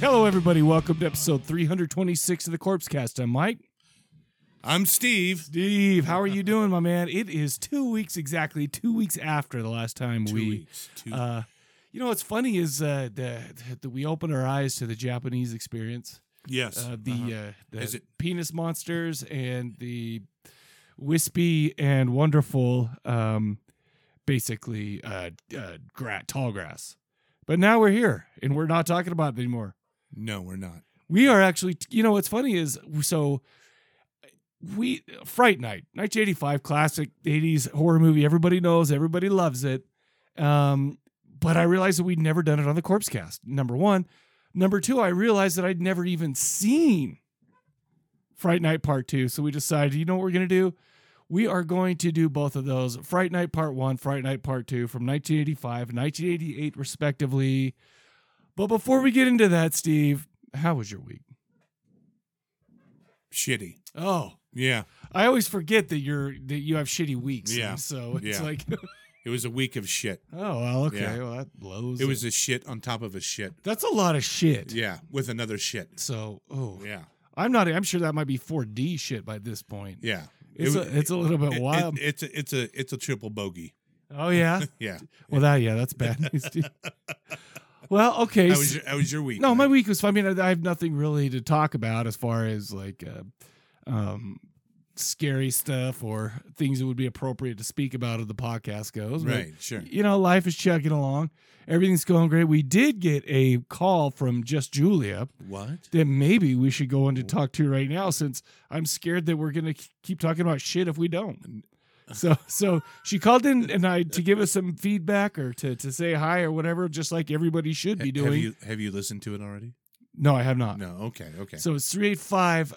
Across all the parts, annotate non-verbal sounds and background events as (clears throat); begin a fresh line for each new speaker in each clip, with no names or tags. Hello, everybody. Welcome to episode 326 of the Corpse Cast. I'm Mike.
I'm Steve.
Steve, how are you doing, my man? It is two weeks exactly, two weeks after the last time
Two
we.
weeks. Two.
Uh, you know what's funny is uh, the, the, we open our eyes to the Japanese experience,
yes. Uh-huh.
uh, the, uh the
Is it-
penis monsters and the wispy and wonderful, um, basically uh, uh, gra- tall grass. But now we're here, and we're not talking about it anymore.
no, we're not.
We are actually, you know, what's funny is so we Fright Night, 1985 classic 80s horror movie. Everybody knows, everybody loves it. Um, but I realized that we'd never done it on the Corpse Cast. Number one, number two, I realized that I'd never even seen Fright Night Part Two. So we decided, you know what we're gonna do? We are going to do both of those Fright Night Part One, Fright Night Part Two from 1985, 1988, respectively. But before we get into that, Steve, how was your week?
Shitty.
Oh,
Yeah.
I always forget that you're that you have shitty weeks.
Yeah.
So (laughs) it's
Yeah.
like,
It was a week of shit.
oh well, okay,
Yeah.
well that blows.
It was a shit on top of a shit.
that's a lot of shit.
Yeah. With another shit.
So oh,
Yeah.
I'm not. I'm sure that might be 4D shit by this point.
Yeah.
It's
It-
a, it's a little bit
It-
wild.
it- it's a, it's a it's a triple bogey.
oh
(laughs)
yeah.
Yeah.
Well that yeah that's bad news.
(laughs)
Steve. well okay.
How
so-
was your, how was your week?
No, my
Mike?
week was fine. I mean, I I have nothing really to talk about as far as like uh, um, scary stuff or things that would be appropriate to speak about of the podcast goes. but,
Right. Sure.
You know, life is chugging along. Everything's going great. We did get a call from just Julia
What?
that maybe we should go on to talk to right now since I'm scared that we're going to keep talking about shit if we
(laughs)
don't. So, so she called in and I to give us some feedback or to, to say hi or whatever, just like everybody should be doing.
Have you have you listened to it already?
no, I have not.
No. Okay. Okay.
So it's 385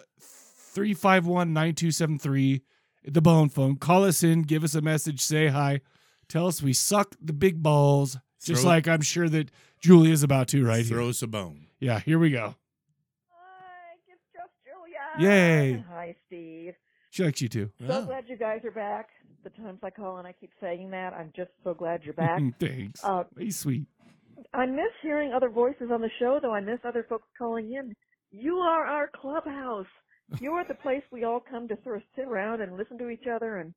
351 9273, the bone phone. Call us in, give us a message, say hi, tell us we suck the big balls, just
Throw-
like I'm sure that Julia's about to right
Throw
here.
us a bone.
Yeah, here we go.
Mike, it's just Julia.
Yay.
Hi, Steve.
She likes you too.
So
Oh.
glad you guys are back. The times I call and I keep saying that, I'm just so glad
(laughs)
you're back.
Mm, Thanks.
uh,
Hey, sweet.
I miss hearing other voices on the show, though. I miss other folks calling in. You are our clubhouse. You're the place we all come to sort of sit around and listen to each other, and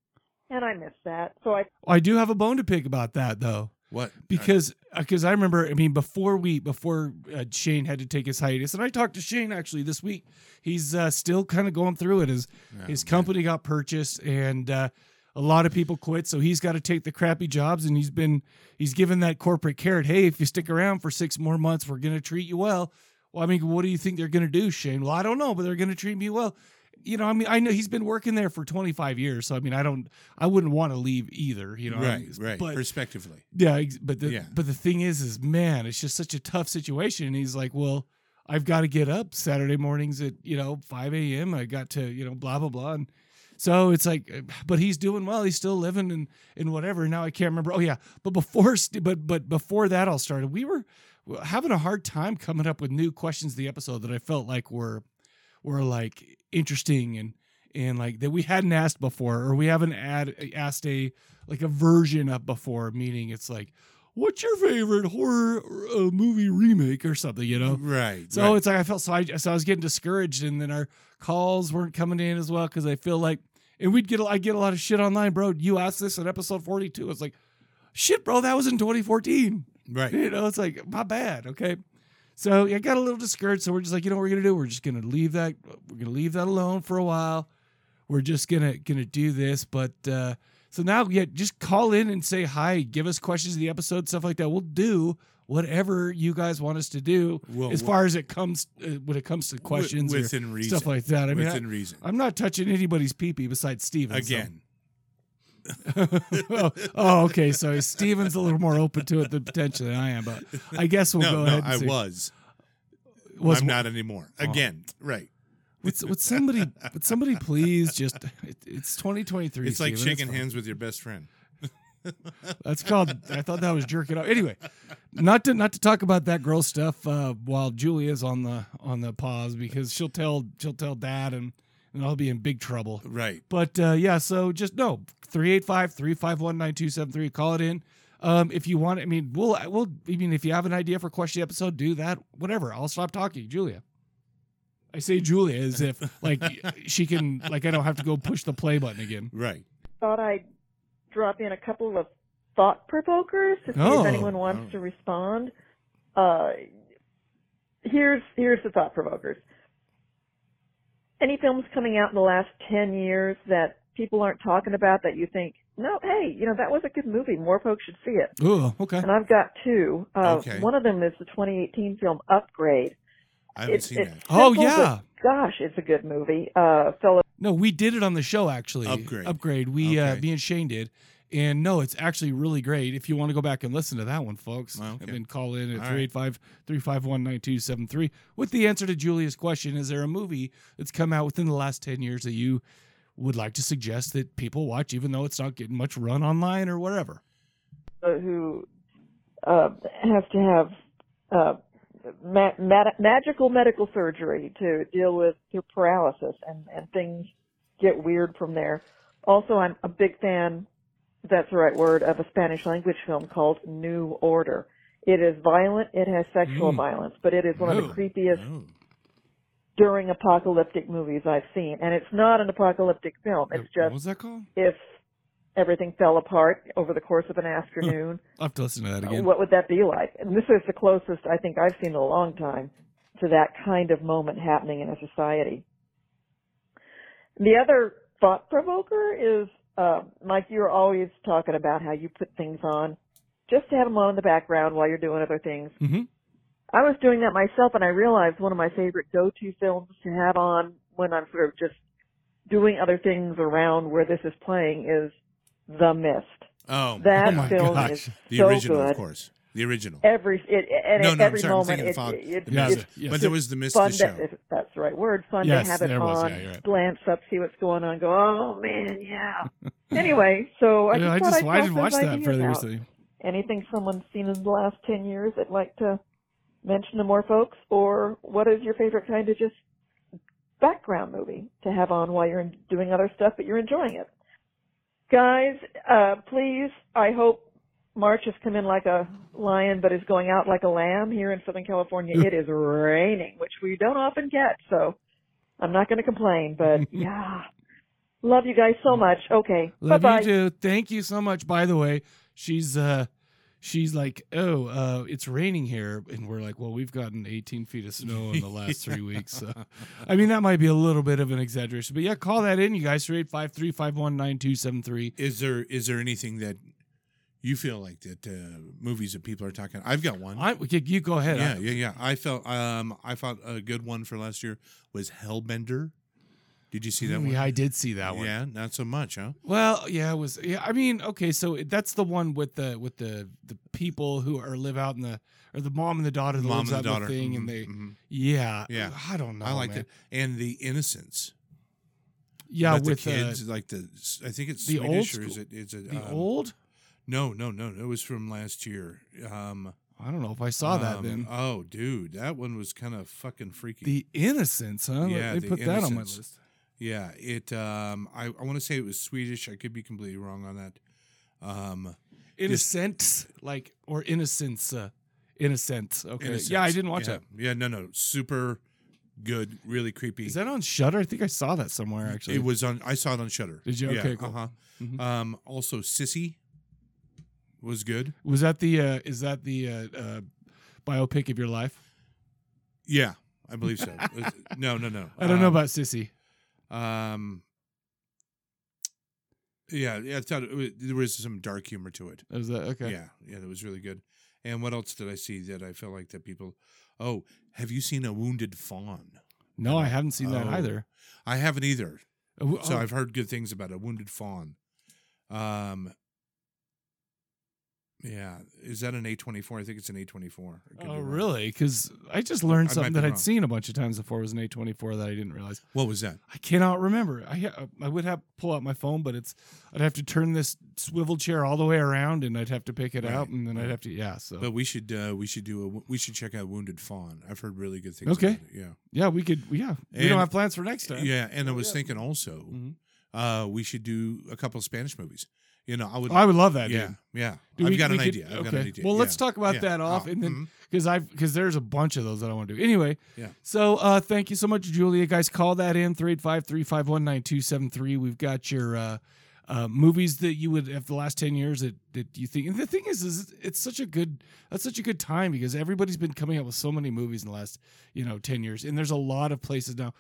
and I miss that. So I
I do have a bone to pick about that though.
What?
because because I remember I mean before we before uh, Shane had to take his hiatus and I talked to Shane actually this week he's uh, still kind of going through it his
Oh,
his
man.
company got purchased and uh, a lot of people quit so he's got to take the crappy jobs and he's been he's given that corporate carrot hey if you stick around for six more months we're gonna treat you well well I mean what do you think they're gonna do Shane well I don't know but they're gonna treat me well you know I mean I know he's been working there for 25 years so I mean I don't I wouldn't want to leave either you know I
right.
mean,
Right.
but-
Perspectively.
yeah, ex- but the
Yeah.
but the thing is, is man, it's just such a tough situation. And he's like, well, I've got to get up Saturday mornings at you know five a.m. I got to you know blah blah blah. And so it's like, uh, but he's doing well. He's still living and and whatever. Now I can't remember. Oh yeah, but before st- but but before that all started, we were having a hard time coming up with new questions. Of the episode that I felt like were were like interesting and and like that we hadn't asked before or we haven't ad, asked a like a version of before meaning it's like what's your favorite horror uh, movie remake or something you know
Right.
so
right.
it's like i felt so I, so I was getting discouraged and then our calls weren't coming in as well because i feel like and we'd get a- i get a lot of shit online bro you asked this in episode 42 it's like shit bro that was in 2014 (laughs)
right.
you know, it's like my bad. Okay. So I got a little discouraged. So we're just like, you know what we're gonna do? We're just gonna leave that we're gonna leave that alone for a while. We're just gonna gonna do this. But uh so now yeah, just call in and say hi, give us questions of the episode, stuff like that. We'll do whatever you guys want us to do
Well,
as
wh-
far as it comes uh, when it comes to questions or
within reason.
stuff like that. I mean,
within reason.
I, am not touching anybody's pee-pee besides Steven. so-
Again,
oh, oh, okay. So Steven's a little more open to it than potentially I am, but I guess we'll
no,
go
no,
ahead and
I
see.
was.
Was Oh.
I'm
wh-
not anymore. Again, right?
Would, would somebody would somebody please just it, it's 2023.
It's
Steven,
like
that's
shaking
fine.
hands with your best friend.
That's called. I thought that was jerking off. Anyway, not to not to talk about that gross stuff uh, while Julia's on the on the pause because she'll tell she'll tell Dad and and I'll be in big trouble.
Right.
But uh, yeah, so just no 385-351-9273. Call it in. Um, if you want, I mean, we'll we'll. I mean, if you have an idea for a question episode, do that. Whatever. I'll stop talking, Julia. I say Julia as if like she can like I don't have to go push the play button again.
Right.
Thought I'd drop in a couple of thought provokers to see
Oh,
if anyone wants
oh.
to respond. Uh, here's here's the thought provokers. Any films coming out in the last ten years that people aren't talking about that you think, no, hey, you know that was a good movie. More folks should see it.
Ooh, okay.
And I've got two. Uh,
Okay.
One of them is the 2018 film Upgrade.
I haven't
It's-
seen
it's
that.
Oh,
simple,
yeah.
but Gosh, it's a good movie. Uh, fellow
No, we did it on the show actually.
Upgrade.
Upgrade. We uh,
Okay.
me and Shane did. And no, it's actually really great. If you want to go back and listen to that one, folks,
Wow, okay.
and then call in at
All
385 351 9273 with the answer to Julia's question Is there a movie that's come out within the last 10 years that you would like to suggest that people watch, even though it's not getting much run online or whatever?
who uh, has to have uh, ma- ma- magical medical surgery to deal with their paralysis, and, and things get weird from there. Also, I'm a big fan, if that's the right word, of a Spanish language film called New Order. It is violent, it has sexual
Mm.
violence, but it is one of
Ooh.
the creepiest
Oh.
during apocalyptic movies I've seen, and it's not an apocalyptic film. It's
what
just
was that called?
if everything fell apart over the course of an afternoon,
I'll have to listen to that again.
what would that be like? And this is the closest I think I've seen in a long time to that kind of moment happening in a society. The other thought provoker is, uh, Mike, you're always talking about how you put things on just to have them on in the background while you're doing other things.
hmm
I was doing that myself and I realized one of my favorite go-to films to have on when I'm sort of just doing other things around where this is playing is The Mist.
Oh,
That
my
film
gosh.
is
the
so
original,
good.
of course. The original.
Every it, and
no,
at
no,
every
I'm sorry. I'm
moment
thinking
it,
of Fog.
it, it,
The
Yes,
Mist.
it's
yes.
But there was the Mist
fun
the
to,
show.
if that's the right word. Fun
Yes,
to have it
there
on,
was. Yeah, you're right.
glance up, see what's going on, go, oh man, yeah. anyway, so I
Yeah, I
just
just
thought
I
I'd
didn't
toss
watch
those
that
ideas
fairly
out.
recently.
Anything someone's seen in the last ten years that'd like to mention to more folks, or what is your favorite kind of just background movie to have on while you're doing other stuff, but you're enjoying it? Guys, uh, please, I hope March has come in like a lion, but is going out like a lamb here in Southern California. it is raining, which we don't often get, so I'm not going to complain, (laughs) but yeah. Love you guys so much. Okay.
Love
bye bye.
you too. Thank you so much. By the way, she's uh she's like, Oh, uh, it's raining here and we're like, Well, we've gotten eighteen feet of snow
(laughs)
in the last three weeks. So I mean that might be a little bit of an exaggeration. But yeah, call that in, you guys, three eight five three five one nine two seven three.
Is there is there anything that you feel like that uh, movies that people are talking? I've got one.
I you go ahead.
yeah, yeah, yeah. I felt um I thought a good one for last year was Hellbender. Did you see that
I,
one?
yeah, I did see that one.
Yeah, not so much, huh?
Well, yeah, it was yeah. I mean, okay, so that's the one with the with the the people who are live out in the or the mom and the daughter that
Mom
lives
and the
out in
daughter
the thing,
Mhm,
and they
mhm.
yeah
Yeah.
I don't know.
I liked
man.
it, and the Innocence.
Yeah,
About
with
the
uh,
kids, like the I think it's
the old
Swedish or is
school-
it is it
the
um,
old
No, no, no, no. It was from last year. Um,
I don't know if I saw that
um,
then.
Oh, dude, that one was kind of fucking freaky.
The Innocence, huh?
Yeah,
they
The
put that on my
Innocents.
list.
yeah, it. Um, I I want to say it was Swedish. I could be completely wrong on that. Um,
Innocence, like or Innocence, uh, Innocence. Okay, yeah, I
Innocence.
didn't watch
yeah.
that.
Yeah, no, no, super good, really creepy.
Is that on Shutter? I think I saw that somewhere actually.
It was on. I saw it on Shutter.
Did you?
Yeah,
Okay, cool.
Uh-huh.
Mhm.
Um, also, Sissy was good.
Was that the? Uh, is that the uh, uh, biopic of your life?
Yeah, I
(laughs)
believe so. no, no, no.
I don't know
Um,
about Sissy.
Um. Yeah, yeah, I thought it, wa- there was some dark humor to it.
Is that okay?
Yeah, yeah, that was really good. And what else did I see that I felt like that people? Oh, have you seen a wounded fawn?
No, I haven't seen that
Oh.
either.
I haven't either.
Uh, w-
So
oh,
I've heard good things about a wounded fawn. Um. Yeah, is that an A twenty four? I think it's an A twenty four.
oh, really? Because I just learned
I might
something
be
that I'd
wrong.
seen a bunch of times before was an A24 that I didn't realize.
What was that?
I cannot remember. I ha- I would have pull out my phone, but it's I'd have to turn this swivel chair all the way around, and I'd have to pick it
Right,
out, and then I'd
right.
have to yeah. So
But we should uh, we should do a we should check out Wounded Fawn. I've heard really good things.
Okay.
about it, Yeah.
yeah, we could yeah. We
And-
don't have plans for next time. Oh,
Yeah, and I was
Yeah.
thinking also,
Mhm.
uh, we should do a couple of Spanish movies. You know, I would.
Oh, I would love that.
yeah,
dude.
yeah.
Do
I've
we-
got
we
an
could-
idea. I've got an
okay.
idea.
Well, let's
Yeah.
talk about
Yeah.
that off,
Oh,
and then
mhm.
because I've because there's a bunch of those that I want to do. Anyway,
Yeah.
So uh, thank you so much, Julia. Guys, call that in 385-351-9273. We've got your uh, uh, movies that you would after the last ten years that, that you think. And the thing is, is it's such a good that's such a good time because everybody's been coming out with so many movies in the last you know ten years, and there's a lot of places now.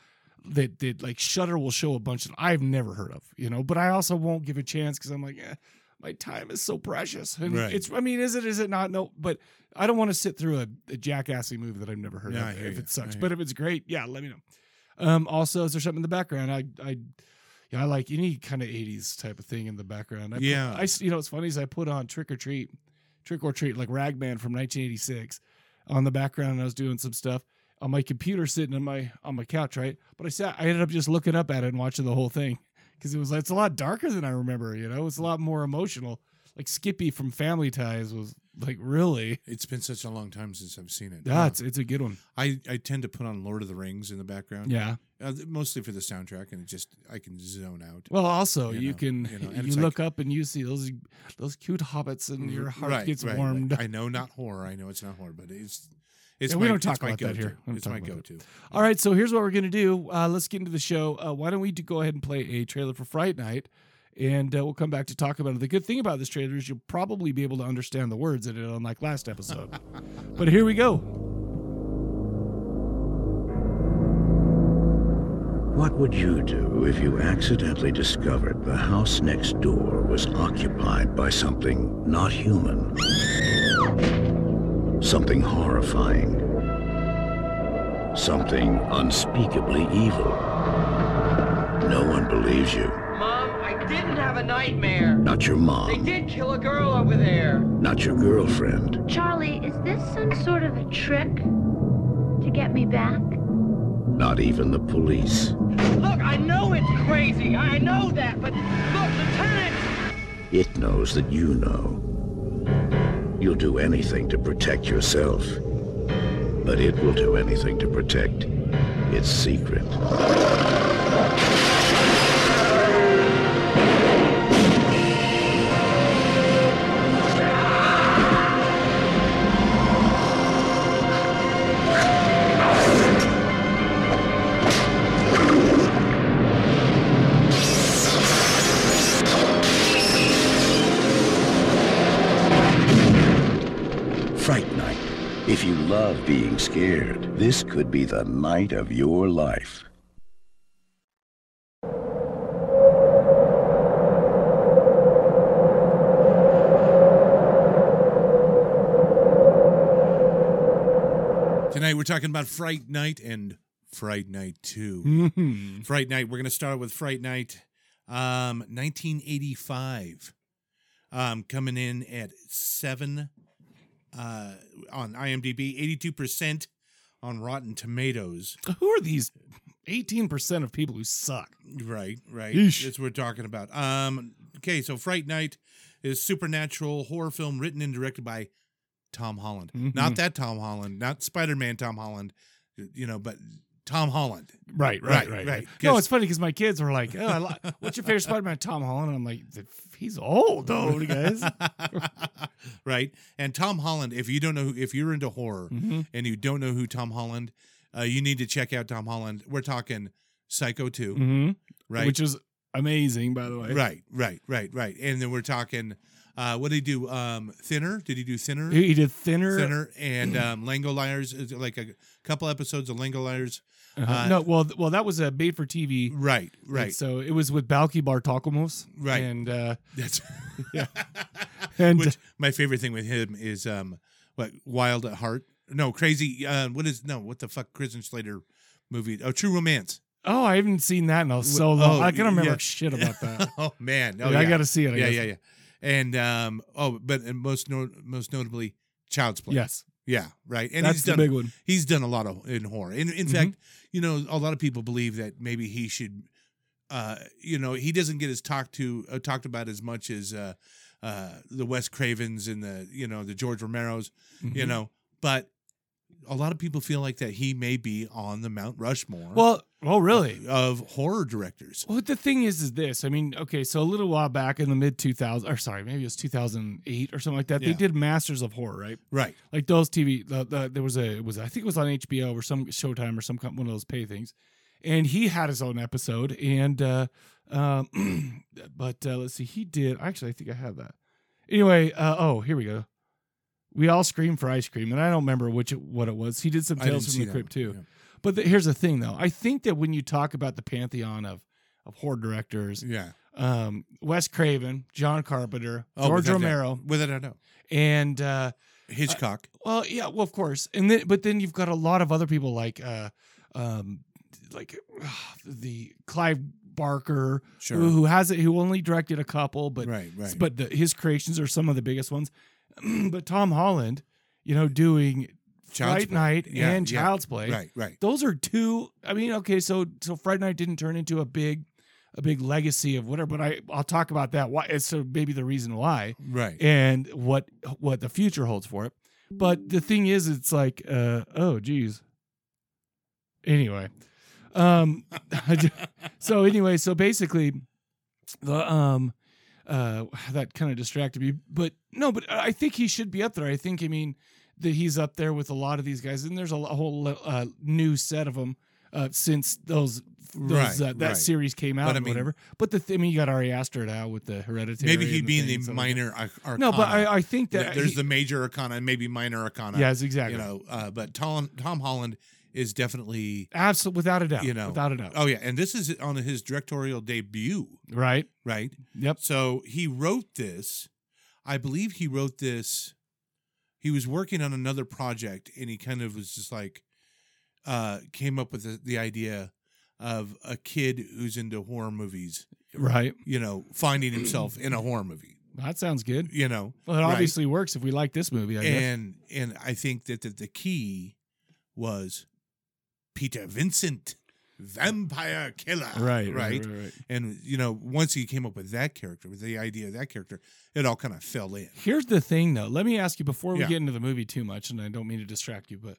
That, that like Shutter will show a bunch that I've never heard of, you know, but I also won't give a chance because I'm like, eh, my time is so precious. And
Right.
it's, I mean, is it, is it not? No, but I don't want to sit through a, a jackassy movie that I've never heard
Yeah, I
of
hear
if
you.
it sucks.
I hear
But if it's great, yeah, let me know. Um, also, is there something in the background? I, I, yeah, I like any kind of '80s type of thing in the background. I put-
Yeah.
I, s- you know, it's funny is I put on Trick or Treat, Trick or Treat, like Ragman from 1986, on the background, and I was doing some stuff on my computer, sitting on my on my couch, right. But I sat, I ended up just looking up at it and watching the whole thing because it was it's a lot darker than I remember. You know, it's a lot more emotional. Like Skippy from Family Ties was like really.
It's been such a long time since I've seen it. Uh,
Yeah, it's, it's a good one.
I, I tend to put on Lord of the Rings in the background,
Yeah.
uh, mostly for the soundtrack, and it just I can zone out.
Well, also
You
you,
know,
can
you
you,
know, and it's
look up and you see those those cute hobbits, and your heart
Right,
gets
right, right.
warmed.
I know not horror. I know it's not horror, but it's it's
Yeah,
my,
we don't talk
it's my
about that
go-to.
here. We don't
It's my
talk about
go-to.
All right, so here's what we're gonna do. Uh, let's get into the show. Uh, why don't we do, go ahead and play a trailer for Fright Night, and uh, we'll come back to talk about it. The good thing about this trailer is you'll probably be able to understand the words in it, unlike last
(laughs)
episode. but here we go.
What would you do if you accidentally discovered the house next door was occupied by something not human? Something horrifying. Something unspeakably evil. No one believes you.
Mom, I didn't have a nightmare.
Not your
They
mom.
did kill a girl over there.
Not your girlfriend.
Charlie, is this some sort of a trick to get me back?
Not even the police.
Look, I know it's crazy. I I know that, but look, Lieutenant!
It knows that you know. You'll do anything to protect yourself. But it will do anything to protect its secret. Fright Night. If you love being scared, this could be the night of your life.
Tonight we're talking about Fright Night and Fright Night 2.
Mhm.
Fright Night. We're going to start with Fright Night, um, 1985, um, coming in at seven uh, on IMDb, 82 percent on Rotten Tomatoes.
Who are these? Eighteen percent of people who suck.
Right, right.
Yeesh.
That's what we're talking about. Um, okay, so Fright Night is supernatural horror film written and directed by Tom Holland. Not that Tom Holland, not Spider Man Tom Holland, you know, but Tom Holland.
Right,
right, right.
No,
'Cause-
it's funny because my kids were like, oh, I li- (laughs) "What's your favorite Spider-Man?" Tom Holland. And I'm like, "He's old, though, guys."
(laughs) right? And Tom Holland, if you don't know, who- if you're into horror
Mhm.
and you don't know who Tom Holland, uh, you need to check out Tom Holland. We're talking Psycho 2,
hmm
right?
Which is amazing, by the way.
right, right, right, right. And then we're talking, uh, what did he do? Um, thinner? Did he do Thinner?
He he did thinner.
Thinner
(clears throat)
and um, Langoliers, is it like a couple episodes of Langoliers.
Uh-huh.
Uh,
no, well, th- well, that was a made for TV.
Right, right.
So it was with Balky Bartokomos.
Right.
And uh,
(laughs) That's
(laughs) and uh,
Which my favorite thing with him is um what Wild at Heart? No, Crazy. Uh, what is no? What the fuck? Kristen Slater movie? Oh, True Romance.
Oh, I haven't seen that in a so long.
oh,
I can remember
yeah.
shit about that.
(laughs) oh man, oh,
Uh, Yeah, I
yeah.
got to see it. I
yeah,
guess.
yeah, yeah. And um, oh, but and most no, most notably, Child's Play.
Yes,
yeah, right. And
that's
he's
the
done
big one.
he's done a lot of in horror. In, in
Mhm.
fact, you know, a lot of people believe that maybe he should, uh, you know, he doesn't get as talked to uh, talked about as much as uh, uh, the Wes Cravens and the you know the George Romero's, you
Mhm.
know, but. A lot of people feel like that he may be on the Mount Rushmore.
Well, oh really?
of horror directors.
Well, the thing is, is this. I mean, okay, so a little while back in the mid 2000s, or sorry, maybe it was 2008 or something like that. They
Yeah.
did Masters of Horror, right?
Right.
Like those TV. The, the, there was a it was I think it was on HBO or some Showtime or some com- one of those pay things, and he had his own episode. And uh, um, (clears throat) but uh, let's see, he did actually. I think I have that. Anyway, uh, oh here we go. We all scream for ice cream, and I don't remember which it, what it was. He did some
I didn't
Tales
see
from the
that
Crypt
one.
too.
Yeah.
But the, here's the thing, though. I think that when you talk about the pantheon of of horror directors,
Yeah.
um, Wes Craven, John Carpenter,
Oh,
George
without doubt.
Romero,
Without a doubt.
and uh,
Hitchcock.
well, yeah, well, of course. And then, but then you've got a lot of other people like, uh, um, like (sighs) the Clive Barker,
sure.
who, who has it, who only directed a couple, but
right, right.
but the, his creations are some of the biggest ones. (clears throat) but Tom Holland, you know, doing
Child's
Fright
Play.
Night
Yeah,
and
yeah.
Child's Play,
right, right.
those are two i mean okay so so friday night didn't turn into a big a big legacy of whatever but i i'll talk about that why it's so maybe the reason why
Right.
and what what the future holds for it but the thing is it's like uh oh geez anyway um (laughs) I ju- so anyway so basically the um uh that kind of distracted me but no but i think he should be up there i think i mean that he's up there with a lot of these guys and there's a lo- whole uh, new set of them uh, since those, those
Right,
uh, that
right.
series came out
But I
or
mean-
whatever but the th- i mean you got ari aster now with the hereditary
Maybe he'd
and
be in
thing
the
and stuff like
minor ar- arcana.
that. no but i i think that
there's
he-
the major arcana and maybe minor arcana.
yes exactly
You know, uh, but Tom Tom Holland is definitely
absolutely without a doubt
you know
without a doubt
Oh yeah, and this is on his directorial debut,
right
right?
yep
So he wrote this. I believe he wrote this. He was working on another project and he kind of was just like, uh, came up with the, the idea of a kid who's into horror movies,
right
you know, finding himself in a horror movie,
that sounds good
you know.
well it
Right.
obviously works if we like this movie i guess
And and I think that the, the key was Peter Vincent, vampire killer.
right, right, right.
And you know, once he came up with that character, with the idea of that character, it all kind of fell in.
Here's the thing, though. Let me ask you before we
Yeah.
get into the movie too much, and I don't mean to distract you, but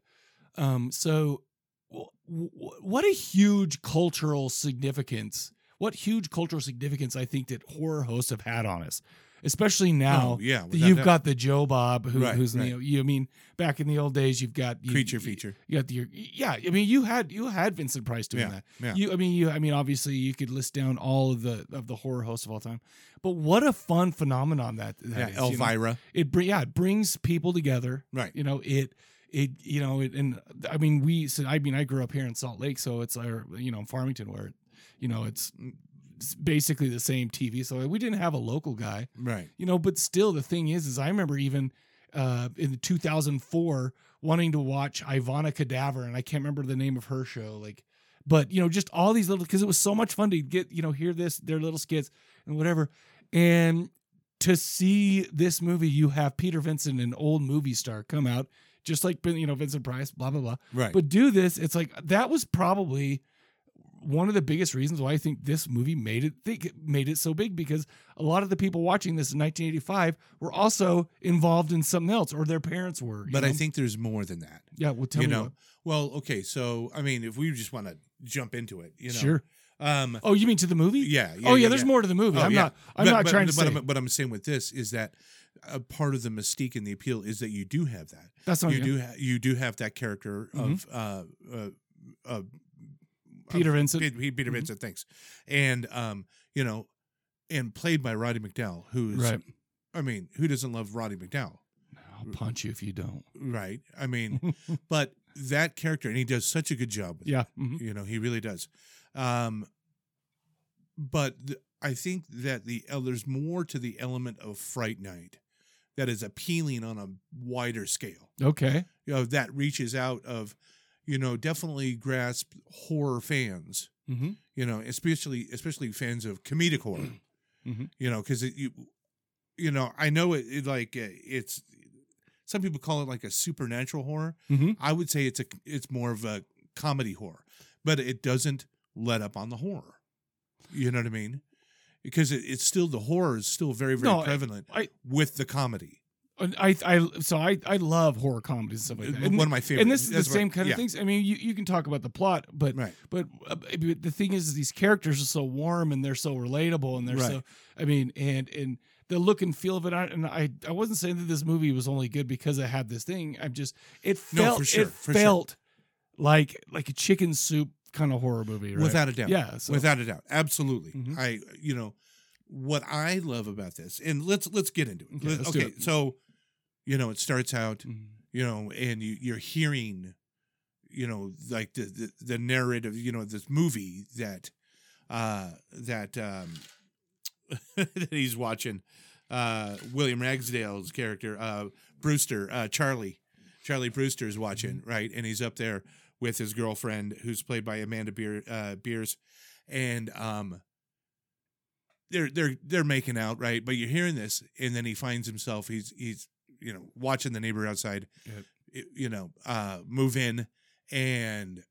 um, so w- w- what a huge cultural significance! What huge cultural significance I think that horror hosts have had on us, especially now.
Oh, yeah,
that
without
You've
doubt.
got the Joe Bob, who,
Right,
who's in
right.
the. You I mean back in the old days, you've got you-
creature
you-
feature.
You got the yeah. I mean, you had you had Vincent Price doing
Yeah,
that.
yeah.
You, I mean, you, I mean, obviously, you could list down all of the of the horror hosts of all time. But what a fun phenomenon that, that
Yeah,
is, you know?
Elvira.
It br- yeah, it brings people together.
Right.
You know it. It you know it, and I mean we. So, I mean I grew up here in Salt Lake, so it's or you know Farmington where, you know it's, it's basically the same TV. So we didn't have a local guy
Right.
you know but still the thing is is i remember even uh in 2004 wanting to watch ivana cadaver and i can't remember the name of her show like but you know just all these little because it was so much fun to get you know hear this their little skits and whatever and to see this movie you have peter vincent an old movie star come out just like you know vincent price blah blah blah
Right.
but do this it's like that was probably one of the biggest reasons why I think this movie made it think made it so big because a lot of the people watching this in 1985 were also involved in something else or their parents were. you
but I
know?
think there's more than that.
yeah, well, tell
you
me,
know.
what.
Well, okay, so I mean, if we just want to jump into it, you know.
sure.
Um
Oh, you mean to the movie?
yeah, yeah.
oh yeah, there's more to the movie.
Oh,
I'm
yeah.
not. I'm
But-
not
but-
trying to
but
say
I'm, but I'm saying with this is that a part of the mystique and the appeal is that you do have that.
that's not
you do ha- you do have that character of uh, uh, uh,
Mm-hmm. Peter
of
Vincent.
Pe- Peter
Mhm.
Vincent, thanks. And um, you know, and played by Roddy McDowell, who is
right.
I mean, who doesn't love Roddy McDowell,
I'll punch you if you don't.
right? I mean,
(laughs)
but that character, and he does such a good job. with it.
Yeah. mhm.
you know, he really does. Um, but th- I think that the uh, there's more to the element of Fright Night that is appealing on a wider scale.
Okay.
You know, that reaches out of, you know, definitely grasp horror fans.
Mm-hmm.
You know, especially especially fans of
(clears throat)
comedic horror.
Mhm.
You know, because you, you know, I know it, it like uh, it's. Some people call it like a supernatural horror.
Mm-hmm.
I would say it's a it's more of a comedy horror, but it doesn't let up on the horror. You know what I mean? Because it, it's still the horror is still very very
No, I-
prevalent
I-
with the comedy.
And I I so I I love horror comedies and stuff like that.
Uh, One
And,
of my favorite.
and this is the
That's what-
same kind of
yeah,
things. I mean, you, you can talk about the plot, but
Right.
but uh, but the thing is, these characters are so warm and they're so relatable and they're
Right.
so. I mean, and and the look and feel of it. I- And I I wasn't saying that this movie was only good because it had this thing. I'm just it
No,
felt
for sure,
it
for sure.
felt like like a chicken soup kind of horror movie, right?
Without a doubt.
yeah. So,
Without a doubt. Absolutely.
Mhm.
I you know what I love about this and let's let's get into it.
Okay,
Let-
let's do
okay,
it.
so you know, it starts out
Mhm.
you know, and you, you're hearing, you know, like the, the the narrative, you know, this movie that uh that um (laughs) that he's watching, uh William Ragsdale's character, uh Brewster, uh Charlie, Charlie Brewster is watching, right? And he's up there with his girlfriend, who's played by Amanda Beer, uh, Beers, and um. They're they're they're making out right, but you're hearing this, and then he finds himself he's he's you know watching the neighbor outside it- you know, uh, move in and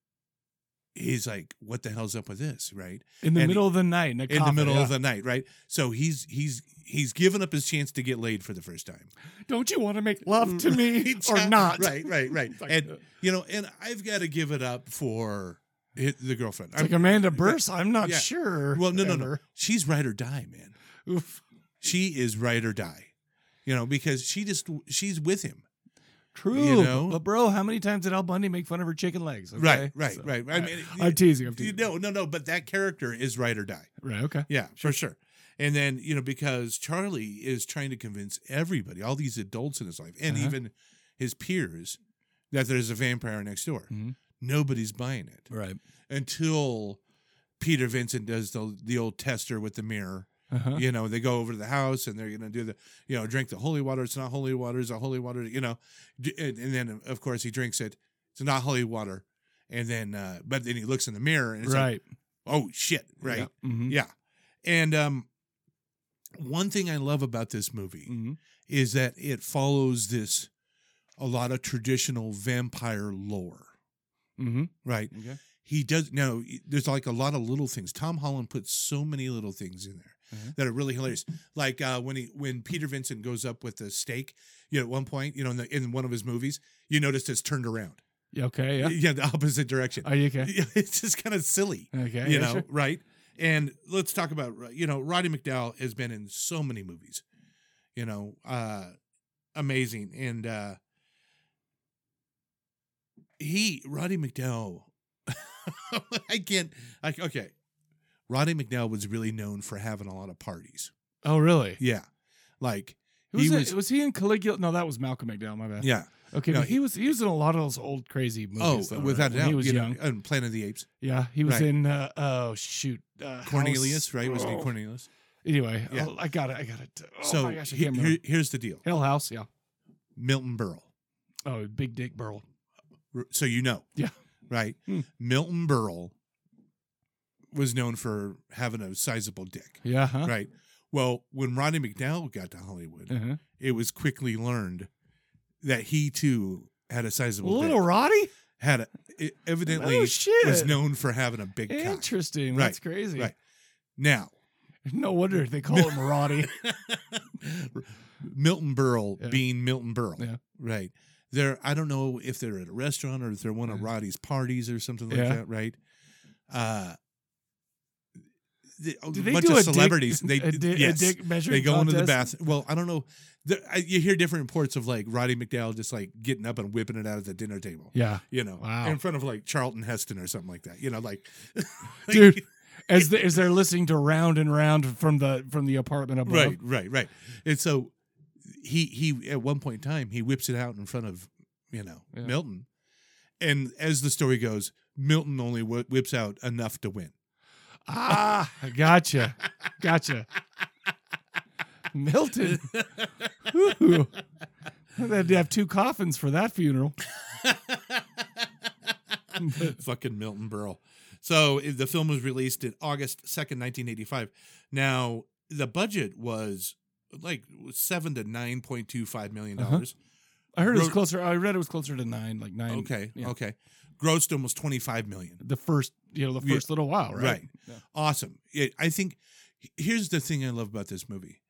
he's like, what the hell's up with this? Right.
in the
and-
middle of the night in, a
In the
coffin,
middle
yeah.
of the night. Right. So he's, he's, he's given up his chance to get laid for the first time
Don't you want to make love to
(laughs)
me or
Yeah,
not?
Right. Right. Right.
It's like,
and you know, and I've got to give it up for hi- the girlfriend.
It's like Amanda Burse. I'm not
Yeah.
sure.
well, no, no, no.
ever.
She's ride or die, man.
Oof.
She is ride or die, you know, because she just, she's with him.
True,
You know?
but bro, how many times did Al Bundy make fun of her chicken legs? Okay?
Right. Right.
So-
Right. I mean,
I'm teasing. I'm
you,
teasing.
no, no, no. But that character is ride or die.
Right. Okay.
Yeah, for sure. And then, you know, because Charlie is trying to convince everybody, all these adults in his life, and
Uh-huh.
even his peers, that there's a vampire next door.
Mhm.
Nobody's buying it
Right.
until Peter Vincent does the, the old tester with the mirror.
Uh-huh.
You know, they go over to the house and they're going to do the, you know, drink the holy water. It's not holy water. It's a holy water, you know. D- And, and then, of course, he drinks it. It's not holy water. And then, uh, but then he looks in the mirror and it's like,
Right.
oh, shit, right?
Yeah. Mhm.
Yeah. And um one thing I love about this movie
Mhm.
is that it follows this a lot of traditional vampire lore,
Mhm.
right?
Okay.
He does now there's like a lot of little things. Tom Holland puts so many little things in there
Mhm.
that are really hilarious. Like uh when he when Peter Vincent goes up with the steak, you know, at one point, you know, in, the, in one of his movies, you notice it's turned around.
Yeah, okay. Yeah.
Yeah, the opposite direction.
Are you okay?
Yeah, (laughs) it's just kind of silly
Okay.
you
yeah, (laughs)
know,
sure.
right? And let's talk about you know Roddy McDowell has been in so many movies, you know, uh amazing, and uh he Roddy McDowell. (laughs) I can't. Like okay, Roddy McDowell was really known for having a lot of parties.
Oh, really?
Yeah, like
Who was
He
it-
was-
was, he in Caligula? No, that was Malcolm McDowell. My bad.
yeah.
Okay,
No,
but he, was he was in a lot of those old crazy
Oh,
movies. though, right?
without a
When
doubt,
he was
you
young.
know, and Planet of the Apes,
yeah, he was
Right.
in. Uh, oh shoot, uh, House-
Cornelius, right? Wasn't he
oh.
Cornelius?
Anyway,
Yeah.
oh, I got it. I got it. Oh
so
my gosh, I
he-
can't
here-
remember.
here's the deal:
Hell House. Yeah.
Milton Berle.
Oh, Big Dick Burl.
r- so you know.
Yeah.
Right.
Hmm.
Milton Berle was known for having a sizable dick.
Yeah. Huh?
Right. Well, when Roddy McDowell got to Hollywood,
Uh-huh.
it was quickly learned that he too had a sizable
Little
dick.
Roddy.
Had a, it evidently
Oh, shit.
was known for having a big cock.
Interesting.
Right,
That's crazy.
right. Now,
No wonder they call him
(laughs)
Roddy.
Milton Berle
Yeah.
being Milton Berle.
Yeah.
Right. They're I don't know if they're at a restaurant or if they're one of
Yeah.
Roddy's parties or something like
Yeah.
that, right? Uh the, a
Did they
bunch
do
of
a
celebrities.
Dick, (laughs)
they
a di- a
yes,
dick measuring
they go into the
contest?
bath. Well, I don't know. There, I, you hear different reports of like Roddy McDowell just like getting up and whipping it out at the dinner table.
Yeah,
You know,
Wow.
in front of like Charlton Heston or something like that. You know, like (laughs)
dude. As the, as they're listening to round and round from the from the apartment above.
Right, right, right. And so he he at one point in time he whips it out in front of you know
Yeah.
Milton, and as the story goes, Milton only whi- whips out enough
(laughs)
to win. (laughs)
Ah, gotcha, gotcha. Milton. Woo. They'd have two coffins for that funeral.
(laughs) Fucking Milton Berle. So i- the film was released in August 2nd, 1985. Now, the budget was like 7 to 9.25 million
Uh-huh.
dollars.
I heard it was
Wrote-
closer. I read it was closer to nine, like nine.
Okay.
yeah.
Okay. Grossed almost 25 million.
The first, you know, the
Yeah.
first little while, right?
Right. Awesome. Yeah, I think here's the thing I love about this movie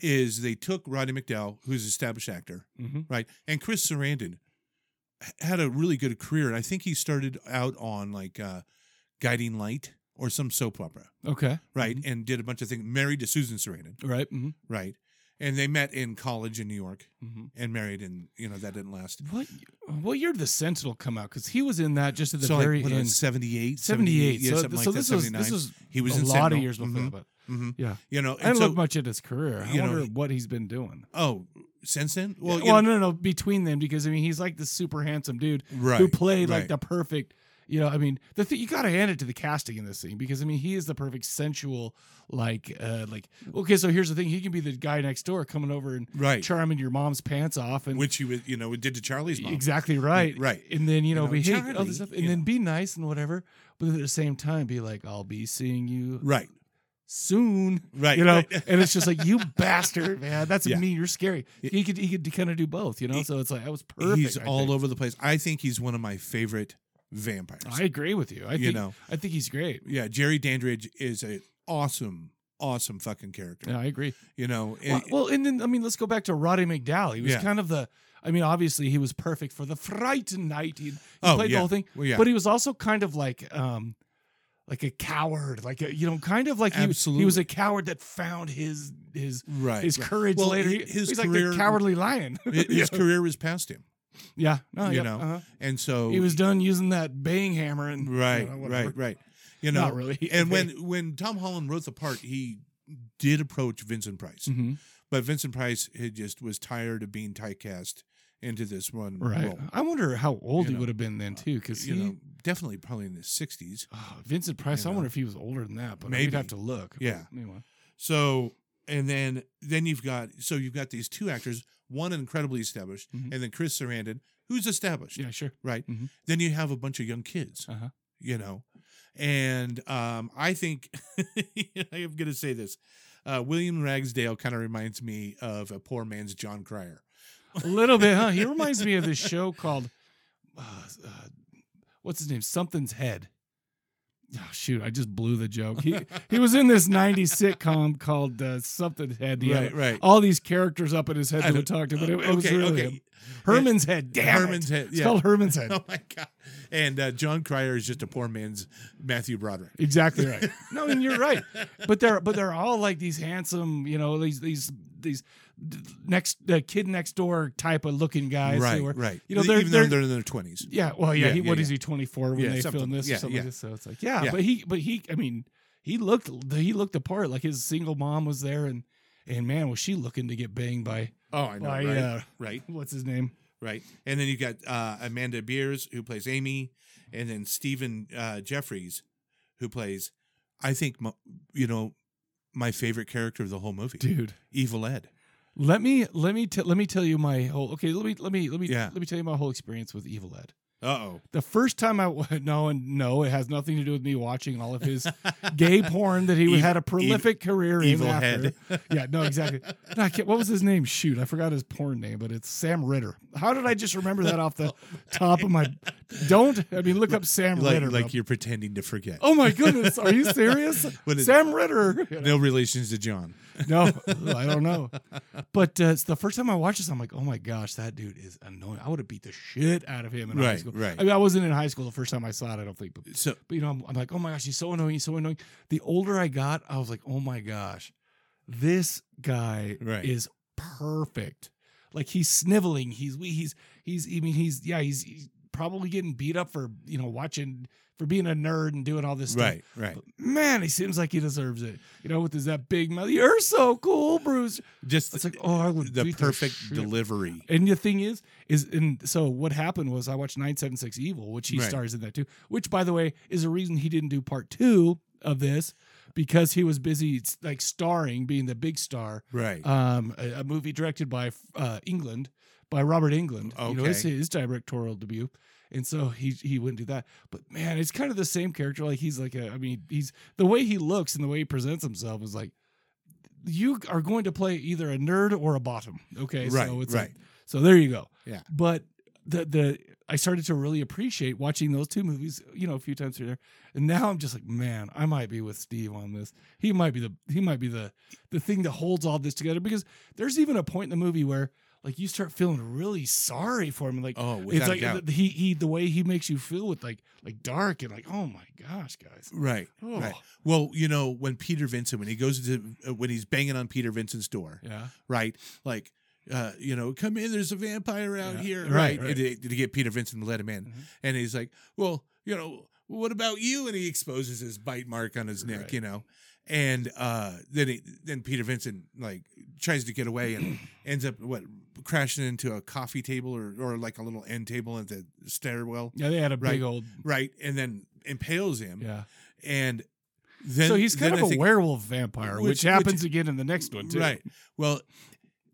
is they took Roddy McDowell, who's an established actor,
Mm-hmm.
right? And Chris Sarandon h- had a really good career. And I think he started out on like uh, Guiding Light or some soap opera,
Okay.
right? And did a bunch of things, married to Susan Sarandon,
Right. hmm
right? And they met in college in New York
hmm
and married, and you know that didn't last.
What what year did the Sentinel come out? Because he was in that just at the
so
very
like, what,
end.
78,
78.
yeah,
So,
something
so
like
this
that,
was
79.
this was
he was
a
in
lot
Sentinel.
of years before,
Mhm,
but
mhm.
yeah,
You
I
know, and
didn't
so,
look much at his career. I
you know,
wonder
he-
what he's been doing.
oh, since then,
Well,
well, you know,
no, no, between them because I mean he's like the super handsome dude
right,
who played
right.
like the perfect. You know, I mean, the thing you got to hand it to the casting in this thing because I mean he is the perfect sensual, like, uh like. Okay, so here's the thing: he can be the guy next door coming over and
Right.
charming your mom's pants off and
which he was, you know, did to Charlie's mom.
Exactly right.
right.
And then you know,
know,
be hey, all
Charlie,
this stuff,
you
and then
know.
be nice and whatever, but at the same time, be like, I'll be seeing you
Right.
soon.
Right,
You know,
right. (laughs)
and it's just like you bastard, man. That's
Yeah.
mean. You're scary. He could he could kind of do both. You know, so it's like that was perfect.
he's
I
all
think.
over the place. I think he's one of my favorite vampires.
I agree with you. I
You
think,
know.
I think he's great.
yeah, Jerry Dandridge is an awesome, awesome fucking character.
Yeah, I agree.
You know,
Well,
and-
well, and then I mean, let's go back to Roddy McDowell. He was
Yeah.
kind of the. I mean, obviously, he was perfect for the Frightened Night. He, he
Oh,
played
yeah.
the whole thing,
Well, yeah.
but he was also kind of like, um, like a coward, like a, you know, kind of like he, he was
Absolutely.
a coward that found his his
Right,
his
right.
courage
Well,
later.
hi-
He-
his
he's
career-
like the cowardly lion. (laughs)
hi- (laughs) his career was past him.
yeah, no,
you
yep,
know,
uh-huh.
and so
he was (laughs) done using that bang hammer and
right,
you know, whatever.
right, right. You know,
Not really. (laughs)
And when when Tom Holland wrote the part, he did approach Vincent Price,
Mhm.
but Vincent Price had just was tired of being typecast into this one
Right.
role.
I wonder how old he
You know, uh,
would have been then too, because
You
he.
know, definitely probably in his sixties.
oh, Vincent Price.
you
I
know.
wonder if he was older than that, but
Maybe.
we'd have to look. But
Yeah.
Anyway.
So and then then you've got so you've got these two actors, one incredibly established,
Mhm.
and then Chris Sarandon, who's established,
Yeah, sure.
right?
Mhm.
Then you have a bunch of young kids,
Uh-huh.
you know, and um, I think (laughs) I am going to say this. Uh, William Ragsdale kind of reminds me of a poor man's John Cryer.
A little bit, huh? He reminds me of this show called, uh, uh, what's his name? Something's Head. Oh, shoot. I just blew the joke. He, he was in this 90s sitcom called uh, Something's Head. He had
Right, right.
All these characters up in his head
I
that would
don't-
talk to, but it,
uh,
it was
okay,
really
okay.
him. Herman's Head. Damn
Herman's
it.
Head,
It's
yeah.
called Herman's Head.
(laughs) Oh my god! And uh, John Cryer is just a poor man's Matthew Broderick.
Exactly
(laughs)
right. No, and you're right. But they're but they're all like these handsome, you know, these these these d- next uh, kid next door type of looking guys. who
right,
are-
right.
You know, they're,
even
they're
though they're in their twenties.
yeah. Well, yeah.
Yeah,
he,
yeah,
what is
yeah.
he? Twenty four when
Yeah,
they
something.
filmed this
Yeah,
or something
yeah.
like this. So it's like yeah,
Yeah.
But he but he I mean he looked he looked the part. Like his single mom was there and and man was she looking to get banged by
Oh, I know.
by
right,
uh,
right.
what's his name?
right? And then you've got uh, Amanda Beers, who plays Amy, and then Stephen uh, Jeffries, who plays, I think, my, you know, my favorite character of the whole movie,
Dude.
Evil Ed.
Let me let me t- let me tell you my whole okay. Let me let me let me
Yeah.
let me tell you my whole experience with Evil Ed.
Uh oh.
the first time I (laughs) no and no, it has nothing to do with me watching all of his
(laughs)
gay porn that he
Ev-
had a prolific career in
e-, evil
after.
head.
(laughs) Yeah, no, exactly. No, I can't, what was his name? Shoot, I forgot his porn name, but it's Sam Ritter. How did I just remember that off
(laughs)
the top of my? Don't I mean look up Sam
Oh Like,
Ritter.
like
bro.
you're pretending to forget.
Oh my goodness, are you serious?
(laughs) When it-
Sam Ritter.
(laughs) No relations to John.
No, I don't know. But uh, it's the first time I watched this, I'm like, oh my gosh, that dude is annoying. I would have beat the shit out of him in high
Right,
school.
right.
I mean, I wasn't in high school the first time I saw it, I don't think. But,
So,
but you know, I'm, I'm like, oh my gosh, he's so annoying, he's so annoying. The older I got, I was like, oh my gosh, this guy
Right.
is perfect. Like he's sniveling, he's we, he's he's. I mean, he's yeah, he's, he's probably getting beat up for you know watching for being a nerd and doing all this stuff.
right, right.
But man, he seems like he deserves it. You know, with his that big mouth. You're so cool, Bruce.
Just
It's like, oh, I would
the
beat
perfect
shit.
delivery.
And the thing is, is and so what happened was I watched 976 Evil, which he
Right.
stars in that too, which by the way is a reason he didn't do part two of this because he was busy s- like starring, being the big star.
Right.
Um, a, a movie directed by uh, England, by Robert England. You know, it's
Okay.
his directorial debut. And so he he wouldn't do that. But man, it's kind of the same character. Like he's like a, I mean, he's the way he looks and the way he presents himself is like you are going to play either a nerd or a bottom. Okay.
Right,
So it's
right.
like- so there you go.
Yeah.
But the the I started to really appreciate watching those two movies, you know, a few times through there. And now I'm just like, man, I might be with Steve on this. He might be the he might be the the thing that holds all this together because there's even a point in the movie where like you start feeling really sorry for him. Like
Oh,
it's
without
like
a doubt.
th- he he the way he makes you feel with like like dark and like, oh my gosh, guys.
right.
Oh.
Right. Well, you know when Peter Vincent when he goes to uh, when he's banging on Peter Vincent's door,
Yeah.
right? Like. Uh, you know, come in. There's a vampire out
Yeah.
here,
Right,
right?
right. Mm-hmm.
And they- to get Peter Vincent to let him in, and he's like, "Well, you know, what about you?" And he exposes his bite mark on his neck,
Right.
you know, and uh, then he, then Peter Vincent like tries to get
(clears throat)
away and ends up what crashing into a coffee table or or like a little end table at the stairwell,
Yeah, they had a big
Right.
old
right? And then impales him,
yeah.
and then
so he's kind
then
of
I
a
think-
werewolf vampire, which,
Which-
happens
which-
again in the next one too.
right? Well,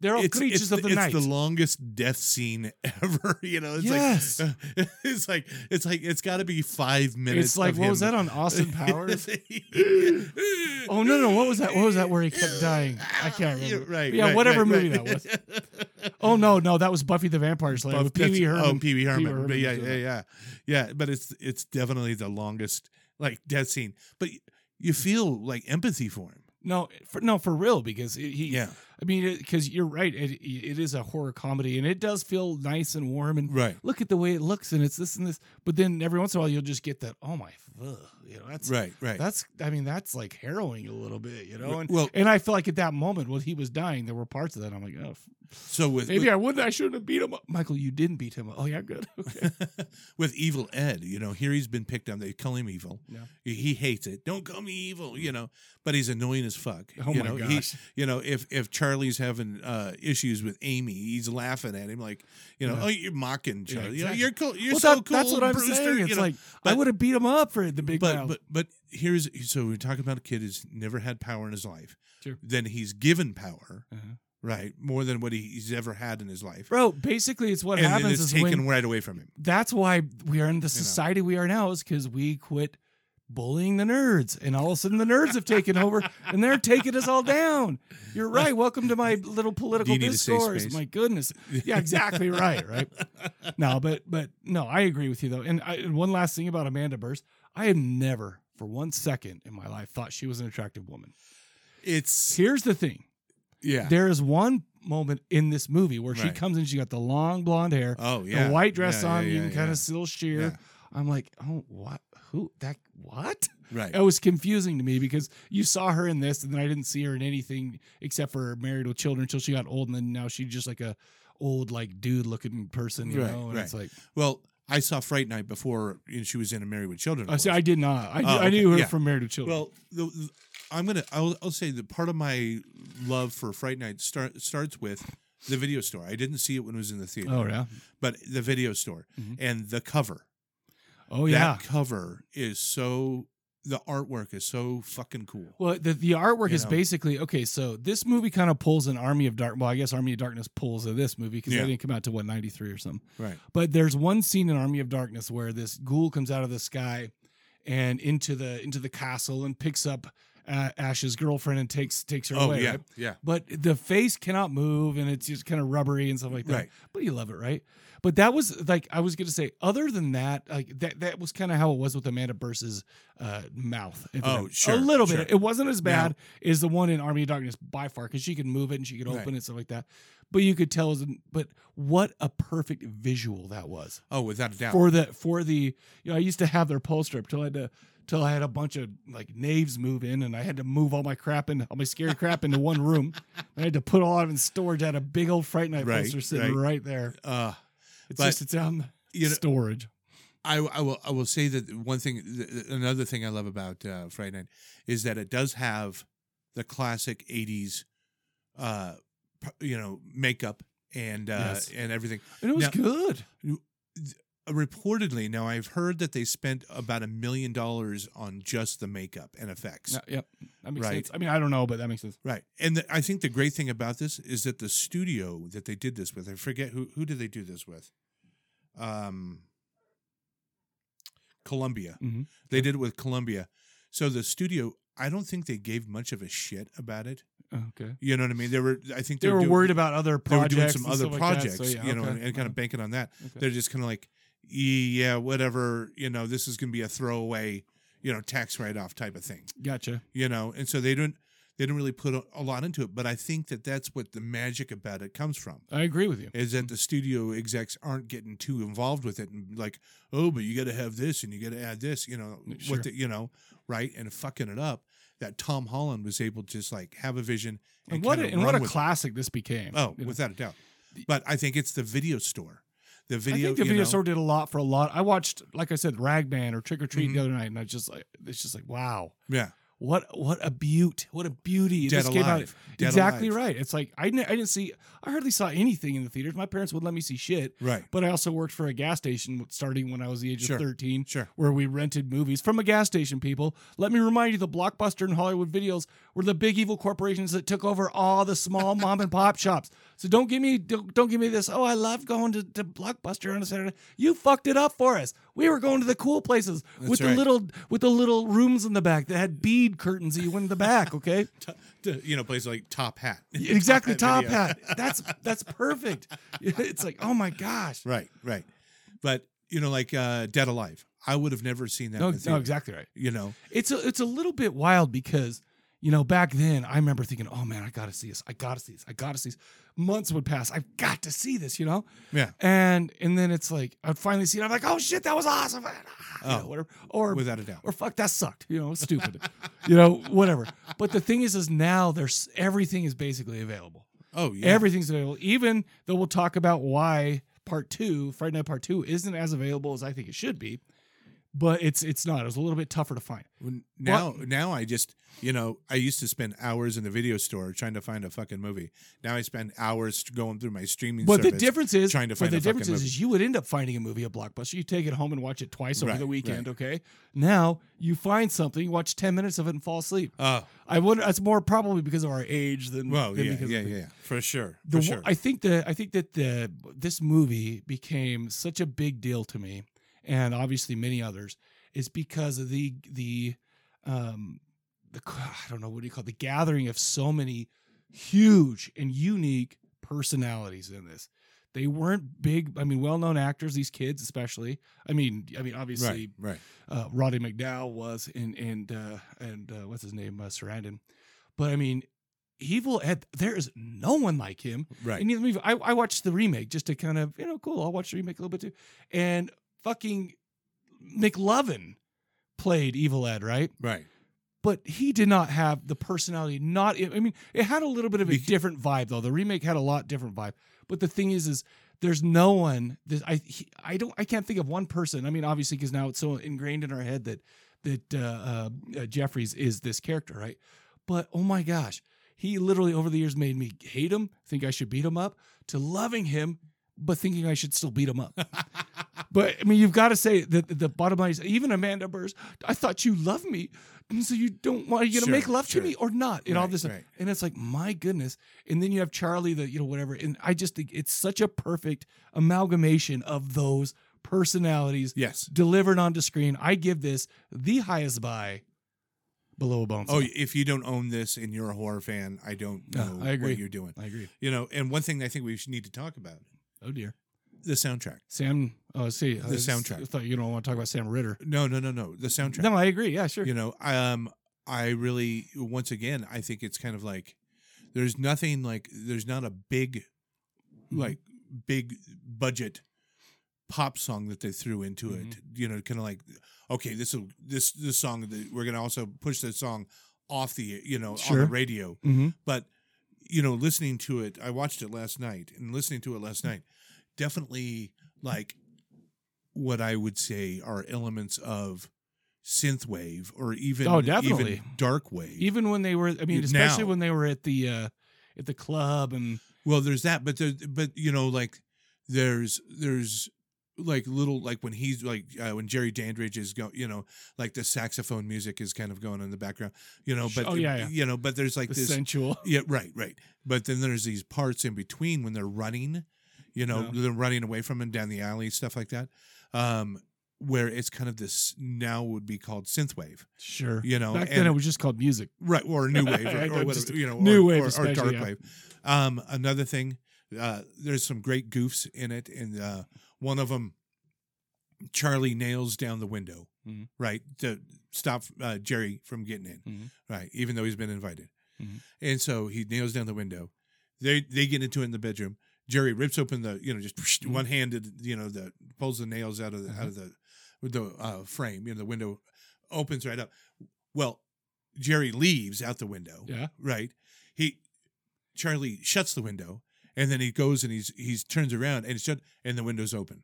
They're all
it's,
creatures
it's
of the,
it's
night.
the longest death scene (laughs) ever. You know, it's
Yes.
like (laughs) it's like it's like it's got to be five minutes.
it's like
of
what was
him- (laughs)
that on Austin Powers?
oh
oh no, no, what was that? What was that where he
(laughs)
kept dying? I can't remember.
Right.
Yeah,
right,
whatever
right,
movie
right.
that was.
(laughs)
Oh no, no, that was Buffy the Vampire Slayer
Buff-
with Pee Wee
that's-
Herman.
Oh, Pee Wee Herman. But yeah,
was
yeah,
in it.
yeah, yeah. But it's it's definitely the longest like death scene. But y- you feel like empathy for him.
No, for, no, for real, because it, he.
Yeah.
I mean, because you're right. It it is a horror comedy, and it does feel nice and warm. And
Right.
look at the way it looks, and it's this and this. But then every once in a while, you'll just get that. Oh my, ugh, you know, that's
Right. Right.
That's I mean that's like harrowing a little bit, you know. And
Well-
and I feel like at that moment when he was dying, there were parts of that I'm like, oh, f-
so with
maybe I wouldn't. I shouldn't have beat him up, Michael. You didn't beat him up. Oh yeah, good. Okay.
(laughs) with evil Ed, you know, here he's been picked on. They call him evil.
Yeah.
He- He hates it. Don't call me evil, you know. But he's annoying as fuck.
Oh
you
my
know,
gosh.
He, you know, if if Charlie's having uh, issues with Amy, he's laughing at him like, you know,
Yeah.
oh, you're mocking Charlie. You know,
exactly.
You're cool. You're
Well,
so
that-
cool.
That's what I'm
Brewster,
saying.
you
It's
know.
like I
But-
would have beat him up for the big
but
mouth.
but but here's so we're talking about a kid who's never had power in his life.
Sure.
Then he's given power,
Uh-huh.
right? More than what he, he's ever had in his life.
Bro, basically, it's what
and then
happens
it's
is
taken
when
right away from him.
that's why we are in the society we are now is because we quit bullying the nerds and all of a sudden the nerds have taken over and they're taking us all down you're right welcome to my little political
you need a safe
discourse
space?
my goodness yeah exactly right right no but but no i agree with you though and, I, and one last thing about amanda burst i have never for one second in my life thought she was an attractive woman
(laughs) It's
here's the thing
yeah.
there is one moment in this movie where she
Right.
comes in, she got the long blonde hair,
Oh yeah.
the white dress
Yeah,
on,
yeah,
you
yeah,
can kind
yeah.
of still sheer.
Yeah.
I'm like, oh, what? Who that? What?
Right.
It was confusing to me because you saw her in this, and then I didn't see her in anything except for Married with Children until she got old, and then now she's just like a old like dude looking person, you
Right,
know? And it's like,
Well, I saw Fright Night before and she was in a Married with Children.
I see,
was.
I did not. I,
Oh,
I knew
okay,
her
yeah.
from Married with Children.
well, the, the- I'm gonna. I'll, I'll say that part of my love for Fright Night start, starts with the video store. I didn't see it when it was in the theater.
oh yeah,
But the video store
Mhm.
and the cover.
oh yeah.
That cover is so. The artwork is so fucking cool.
Well, the, the artwork
You
is
know?
basically okay. So this movie kind of pulls an Army of Dark. Well, I guess Army of Darkness pulls of this movie because
Yeah.
they didn't come out to what ninety three or something.
Right.
But there's one scene in Army of Darkness where this ghoul comes out of the sky and into the into the castle and picks up uh, Ash's girlfriend and takes takes her
Oh
away.
yeah.
right?
Yeah.
But the face cannot move and it's just kind of rubbery and stuff like that.
Right.
But you love it, right? But that was like I was gonna say. Other than that, like that that was kind of how it was with Amanda Burse's uh, mouth. at the
Oh,
time.
sure,
a little
sure.
bit. It wasn't as
Now-
bad as the one in Army of Darkness by far because she could move it and she could open
Right.
it and stuff like that. But you could tell. it was- But what a perfect visual that was
Oh, without a doubt.
for the for the you know I used to have their pull strip till I had to till I had a bunch of like knaves move in and I had to move all my crap in all my scary crap into one
(laughs)
room. I had to put all of it in storage. I had a big old Fright Night
Right,
poster sitting
right.
right, there.
uh,
It's
But,
just it's out in
you know,
storage.
I, I will I will say that one thing th- th- another thing I love about uh, Friday Night is that it does have the classic '80s, uh, p- you know, makeup and uh,
Yes.
and everything.
And it was
now-
good.
Reportedly, now I've heard that they spent about a million dollars on just the makeup and effects,
yep. That makes
Right.
sense. I mean, I don't know, but that makes sense.
Right. And the, I think the great thing about this is that the studio that they did this with, I forget who who did they do this with? Um Columbia.
Mhm.
They did it with Columbia. So the studio, I don't think they gave much of a shit about it.
Okay.
You know what I mean? They were I think
They,
they,
were
doing-
worried about other
they were
projects.
doing some
and
other
stuff like that,
projects,
so, yeah,
you know,
okay.
and, kind of banking on that.
Okay.
They're just kind of like, yeah, whatever, you know, this is going to be a throwaway, you know, tax write off type of thing
Gotcha.
you know and so they don't they don't really put a, a lot into it but i think that that's what the magic about it comes from
I agree with you.
is that the studio execs aren't getting too involved with it and like oh but you got to have this and you got to add this you know
Sure.
what the, you know right and fucking it up that tom holland was able to just like have a vision and,
And what a,
kinda
and what
run
a
with it.
classic this became.
oh
you know.
without a doubt but i think it's the video store the
I
video
think the
you
video
know,
store did a lot for a lot. I watched, like I said, Ragman or Trick or Treat
Mhm.
the other night, and I just like it's just like wow,
yeah
what what a beaut, what a beauty.
Dead
this came out
Alive. Dead
exactly
Alive.
right. It's like I didn't, I didn't see, I hardly saw anything in the theaters. My parents would let me see shit,
right
but I also worked for a gas station starting when I was the age
Sure.
of thirteen.
sure
Where we rented movies from a gas station, people. Let me remind you, the Blockbuster and Hollywood videos were the big evil corporations that took over all the small mom and pop shops. So don't give me don't, don't give me this. Oh, I love going to, to Blockbuster on a Saturday. You fucked it up for us. We were going to the cool places
That's
with
right.
the little with the little rooms in the back that had bead curtains that you went in the back.
(laughs)
Okay.
T- t- you know places like top hat (laughs)
Exactly, top
Video.
hat. That's that's perfect. (laughs) It's like, oh my gosh.
Right, right. But you know, like uh Dead Alive, I would have never seen that.
No,
in the
no,
theater,
exactly right.
You know,
It's a it's a little bit wild because you know back then I remember thinking, oh man, I gotta see this, I gotta see this, I gotta see this. Months would pass, I've got to see this, you know.
Yeah.
And and then it's like I'd finally see it. I'm like, oh shit, that was awesome. (laughs) Ah, you know,
Oh,
whatever. Or
without a doubt.
or fuck that sucked. You know, stupid. you know, whatever. But the thing is, is now there's everything is basically available.
oh yeah,
Everything's available. Even though we'll talk about why part two, Friday Night Part Two, isn't as available as I think it should be, but it's it's not. It was a little bit tougher to find.
When- now now I just you know I used to spend hours in the video store trying to find a fucking movie. Now I spend hours going through my streaming.
But the
service
difference is
trying to find
but
a
the
fucking
difference is,
movie.
is you would end up finding a movie at Blockbuster. You take it home and watch it twice over
Right,
the weekend,
right.
okay? Now you find something, you watch ten minutes of it and fall asleep.
Oh
I wonder that's more probably because of our age than,
well,
than
yeah,
because
yeah,
of the-
yeah, yeah, for sure,
the
for
one-
sure.
I think the I think that the this movie became such a big deal to me, and obviously many others, is because of the the um the I don't know what do you call it, the gathering of so many huge and unique personalities in this. They weren't big. I mean, well-known actors. These kids, especially. I mean, I mean, obviously,
right, right.
uh, Roddy McDowell was, and and uh, and uh, what's his name, uh, Sarandon. But I mean, Evil Ed. There is no one like him.
Right.
And even I, I watched the remake just to kind of you know, cool. I'll watch the remake a little bit too. And fucking McLovin played Evil Ed, right?
Right.
But he did not have the personality. Not I mean, it had a little bit of a
Bec-
different vibe though. The remake had a lot different vibe. But the thing is, is there's no one. There's, I he, I don't I can't think of one person. I mean, obviously because now it's so ingrained in our head that that uh, uh, uh, Jeffries is this character, right? But oh my gosh, he literally over the years made me hate him, think I should beat him up, to loving him, but thinking I should still beat him
(laughs)
up. but I mean, you've got to say that the- the bottom line is even Amanda Burrs, I thought you loved me. And so you don't want, are you going to
Sure,
make love
sure.
to me or not? And all
Right,
this.
right.
And it's like, my goodness. And then you have Charlie, the, you know, whatever. And I just think it's such a perfect amalgamation of those personalities
Yes.
delivered onto screen. I give this the highest buy below a bone.
Oh,
saw.
if you don't own this and you're a horror fan, I don't
Yeah,
know
I agree.
what you're doing.
I agree.
You know, and one thing I think we should need to talk about
Oh dear.
the soundtrack.
Sam, oh, see,
The soundtrack.
I thought you don't want to talk about Sam Ritter.
No, no, no, no. The soundtrack.
No, I agree. Yeah, sure.
you know um i really once again i think it's kind of like there's nothing like there's not a big
Mm-hmm.
like big budget pop song that they threw into
Mm-hmm.
it you know kind of like okay this will this this song that we're gonna also push this song off the you know on
Sure.
the radio
Mm-hmm.
but you know listening to it i watched it last night and listening to it last night definitely like what i would say are elements of synthwave or even
Oh, definitely.
even dark wave
Even when they were, I mean,
Now.
especially when they were at the uh at the club and
well there's that but there but you know like there's there's like little like when he's like uh, when Jerry Dandridge is go you know like the saxophone music is kind of going in the background you know but
Oh, yeah, yeah.
you know but there's like
the
this
sensual.
yeah right right but then there's these parts in between when they're running you know
Yeah.
they're running away from him down the alley stuff like that um where it's kind of this now would be called synthwave
(laughs) Sure.
you know
Back
and-
then it was just called music.
right or new
(laughs)
wave
I
or,
know,
or
just
whatever you know
new
or,
wave
or- or,
especially,
dark
yeah.
wave um another thing uh there's some great goofs in it and uh one of them charlie nails down the window
Mhm.
right to stop uh, jerry from getting in
Mhm.
right even though he's been invited
Mhm.
and so he nails down the window they they get into it in the bedroom jerry rips open the you know just
Mm.
one handed you know the pulls the nails out of the
Mm-hmm.
out of the with the uh, frame you know the window opens right up well jerry leaves out the window
Yeah.
right he charlie shuts the window and then he goes and he's he's turns around and it's shut and the
(laughs)
window's open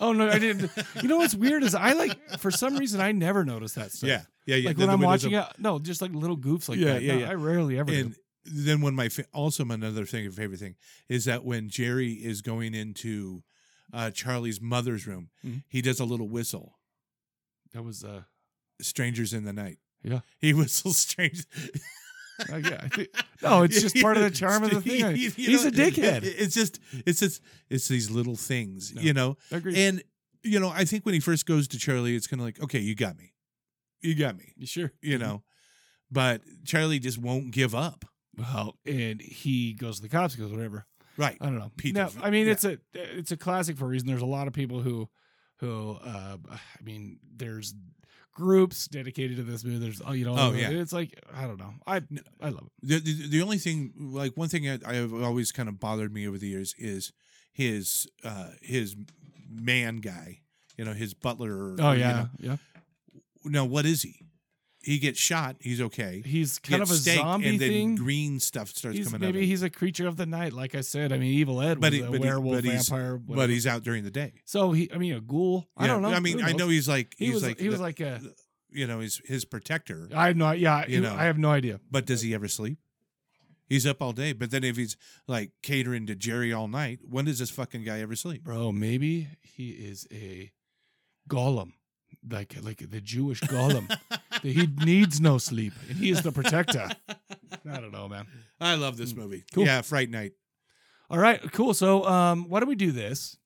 Oh no, I didn't. you know what's weird is I like for some reason I never noticed that stuff.
yeah yeah yeah
Like
then
when
the
I'm
window's
watching
open.
it, no, just like little goofs like
Yeah,
that.
yeah,
No,
yeah.
I rarely ever. do.
and then one of my fa- also my another thing of favorite thing is that when jerry is going into uh charlie's mother's room
Mhm.
he does a little whistle
That was uh,
strangers in the night
Yeah.
(laughs) he whistles (laughs) strange
uh, yeah. I think, (laughs) no, Oh, it's just part of (laughs)
(laughs)
the charm of the thing. I-
You
He's (laughs)
know,
a dickhead.
(laughs) It's just, it's just, it's these little things,
No.
you know.
Agreed.
And you know, I think when he first goes to Charlie, it's kind of like, okay, you got me, you got me,
You sure? Mm-hmm.
you know. But Charlie just won't give up,
Well, and he goes to the cops. He goes whatever.
right?
I don't know.
Pete
No,
Def-
I mean
yeah.
it's a it's a classic for a reason. There's a lot of people who who uh, I mean there's groups dedicated to this movie. There's oh you know
Oh, yeah.
it's like I don't know. I I love it.
The, the the only thing, like one thing that I have always kind of bothered me over the years is his uh his man guy, you know, his butler. Or,
Oh
you
yeah, yeah.
know. Now what is he? He gets shot. He's okay.
He's kind of
gets
a
staked,
zombie
and then
thing.
green stuff starts
He's-
coming out. of
maybe
him.
he's a creature of the night, like I said. I mean, Evil Ed was
But he-
a
but he-
werewolf,
but he's-
vampire,
but
whatever.
he's out during the day.
so he. I mean, a ghoul. I
Yeah,
don't know.
I mean,
Who
I
knows?
know he's like
he
he's
was
like
he was
the-
like a.
you know his his protector.
I have no. Yeah,
You
you
know.
know, I have no idea.
But does he ever sleep? He's up all day. But then if he's like catering to Jerry all night, when does this fucking guy ever sleep?
bro maybe he is a golem like like the jewish golem that (laughs) he needs no sleep and he is the (laughs) protector i don't know man
I love this movie.
Mm. Cool.
Yeah, Fright Night.
all right cool so um why don't we do this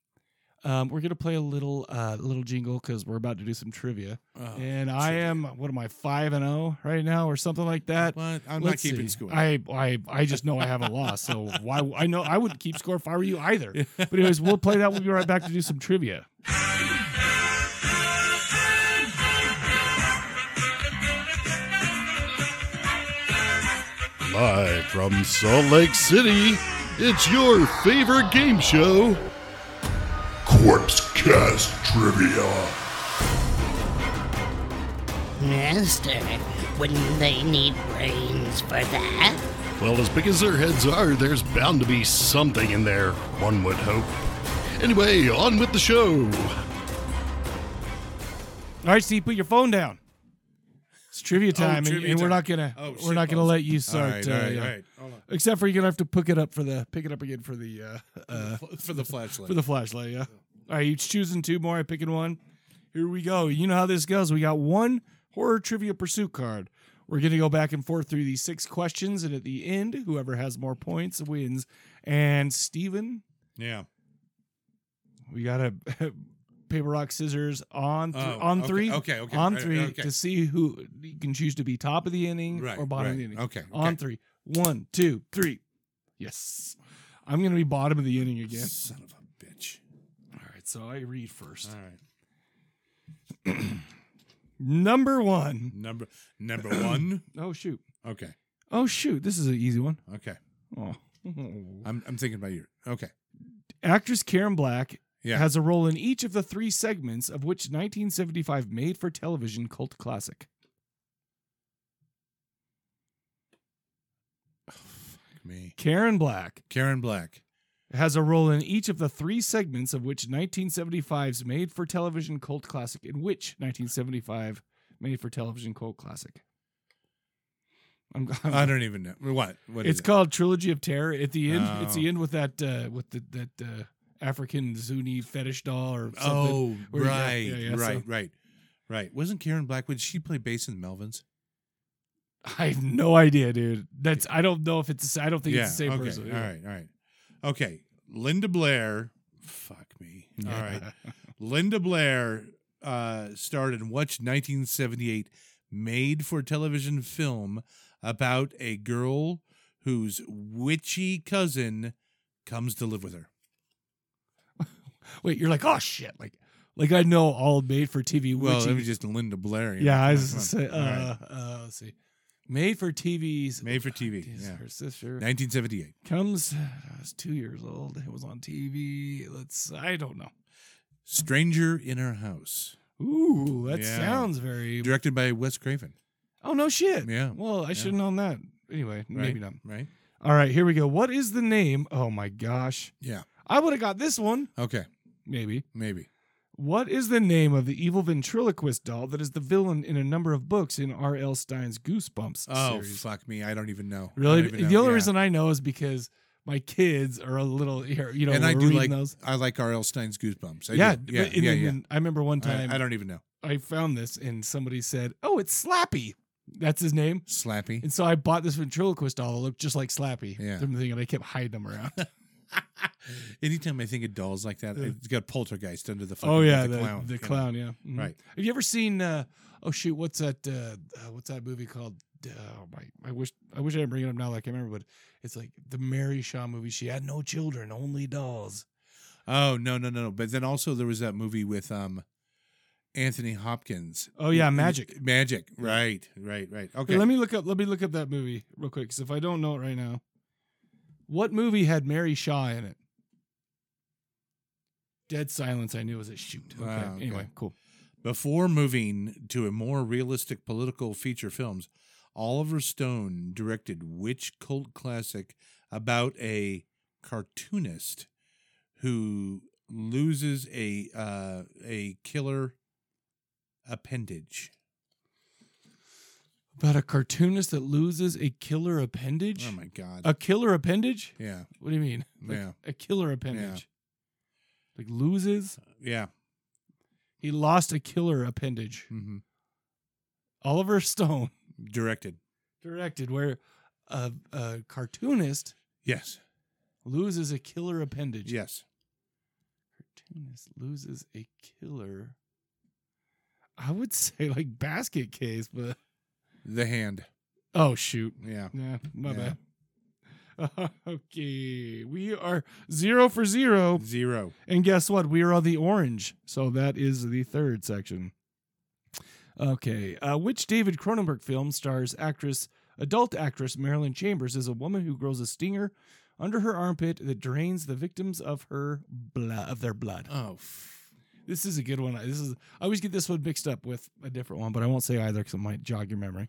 um we're gonna play a little uh little jingle because we're about to do some trivia and i am what am i five and oh right now or something like that
What? I'm
Let's
not keeping
see.
score.
I, I I just know I haven't lost,
(laughs)
so why I know I wouldn't keep score if I were you either. But anyways, we'll play that. We'll be right back to do some trivia.
Live from Salt Lake City, it's your favorite game show, Corpse Cast Trivia.
Master, wouldn't they need brains for that?
Well, as big as their heads are, there's bound to be something in there, one would hope. Anyway, on with the show.
All right, Steve, put your phone down. It's trivia time, and-
Oh, trivia
and, we're
time.
not gonna
Oh,
we're
shit
not gonna
balls.
let you
all
start.
right,
uh,
all right,
yeah.
all right. Oh, Hold on.
Except for you're gonna have to pick it up for the pick it up again for the uh, uh,
For the flashlight.
for the flashlight. Yeah. All right, each choosing two more. I picking one. Here we go. You know how this goes. We got one horror trivia pursuit card. We're gonna go back and forth through these six questions, and at the end, whoever has more points wins. And Steven,
yeah.
we got a (laughs) paper rock scissors on th-
Oh,
on
okay,
three
okay, okay,
on
right,
three
okay.
to see who you can choose to be top of the inning
Right.
or bottom
right.
of the inning
Okay. okay.
on three one two three yes i'm gonna be bottom of the inning again
Son of a bitch.
all right so i read first
All right.
number one.
Number
(coughs)
number one.
(clears throat) Oh shoot
Okay.
oh shoot this is an easy one
Okay.
oh.
I'm I'm thinking about you. Okay.
(laughs) actress karen black
Yeah.
has a role in each of the three segments of which 1975 made for television cult classic
me.
karen black
Karen Black.
has a role in each of the three segments of which 1975's made for television cult classic in which 1975 made for television cult classic I'm, I'm-
I don't even know what. What is
it's
it?
called trilogy of terror at the end it's
Oh.
the end with that uh with the that uh African Zuni fetish doll or something.
Oh,
Where- yeah,
right,
yeah, yeah, so-
right, right, right. Wasn't Karen Blackwood? She played bass in the Melvins.
(laughs) I have no idea, dude. That's I don't know if it's the sa- I don't think it's the same
okay.
person.
All right. All right. Okay. Linda Blair. Fuck me. All right. Linda Blair uh, starred in what 1978 made for television film about a girl whose witchy cousin comes to live with her.
(laughs) Wait, you're like, oh shit, like, like I know all made for TV.
Well,
witchy-
it was just Linda Blair. you
yeah,
know,
I
come
was
on,
gonna say,
come on. All
uh,
right.
uh, let's see, made for TV's
made for TV.
Jeez,
Yeah.
her sister
1978.
comes. uh, I was two years old. It was on TV. Let's. I don't know.
Stranger in Her House,
Ooh, that
Yeah.
sounds very.
directed by Wes Craven.
Oh no, shit.
Yeah,
Well, I should have known that. Anyway, maybe
Right?
not.
Right?
All right, here we go. What is the name? Oh my gosh,
Yeah.
I would have got this one.
Okay.
Maybe.
Maybe.
What is the name of the evil ventriloquist doll that is the villain in a number of books in R.L. Stein's Goosebumps
Oh
series?
fuck me! I don't even know. I
Really?
don't even know.
The only
Yeah.
reason I know is because my kids are a little, you know,
and I
were
do
reading
like
those.
I like R.L. Stein's Goosebumps. I
yeah,
do.
yeah,
yeah,
and,
yeah,
then-
yeah.
and I remember one time
I,
I,
I don't even know.
found this and somebody said, "Oh, it's Slappy." That's his name.
Slappy.
And so I bought this ventriloquist doll that looked just like Slappy.
Yeah.
From the thing, and I kept hiding them
(laughs)
around.
Anytime I think of dolls like that,
Yeah.
it's got poltergeist under the. Fucking,
oh yeah,
the,
the,
clown.
the
you know?
clown, yeah. Mhm.
Right.
Have you ever seen? Uh, oh shoot, what's that? Uh, uh, what's that movie called? Uh, Oh my, I wish I wish I didn't bring it up now, like I remember, but it's like the Mary Shaw movie. She had no children, only dolls.
Oh no no no no! But then also there was that movie with um, Anthony Hopkins.
Oh, yeah, Magic.
Magic. Right. Right. Right. Okay.
Here, let me look up. Let me look up that movie real quick, because if I don't know it right now, what movie had Mary Shaw in it? Dead Silence. I knew was a shoot. Okay.
Wow, Ah, okay.
Anyway, cool.
Before moving to a more realistic political feature films, Oliver Stone directed which cult classic about a cartoonist who loses a uh, a killer appendage?
About a cartoonist that loses a killer appendage.
Oh my god!
a killer appendage?
yeah,
What do you mean? Like,
yeah,
a killer appendage. Like loses.
yeah.
He lost a killer appendage.
hmm
Oliver Stone (laughs)
Directed.
directed where a, a cartoonist
Yes,
loses a killer appendage.
yes.
Cartoonist loses a killer. I would (laughs) say like basket case, but (laughs)
The hand.
oh shoot.
Yeah.
Nah, my
Yeah.
bad. (laughs) okay. We are zero for zero.
Zero.
And guess what? We are on the orange. So that is the third section. Okay. Uh, which David Cronenberg film stars actress, adult actress Marilyn Chambers as a woman who grows a stinger under her armpit that drains the victims of her blood of their blood.
Oh. F-
This is a good one. This is I always get this one mixed up with a different one, but I won't say either because it might jog your memory.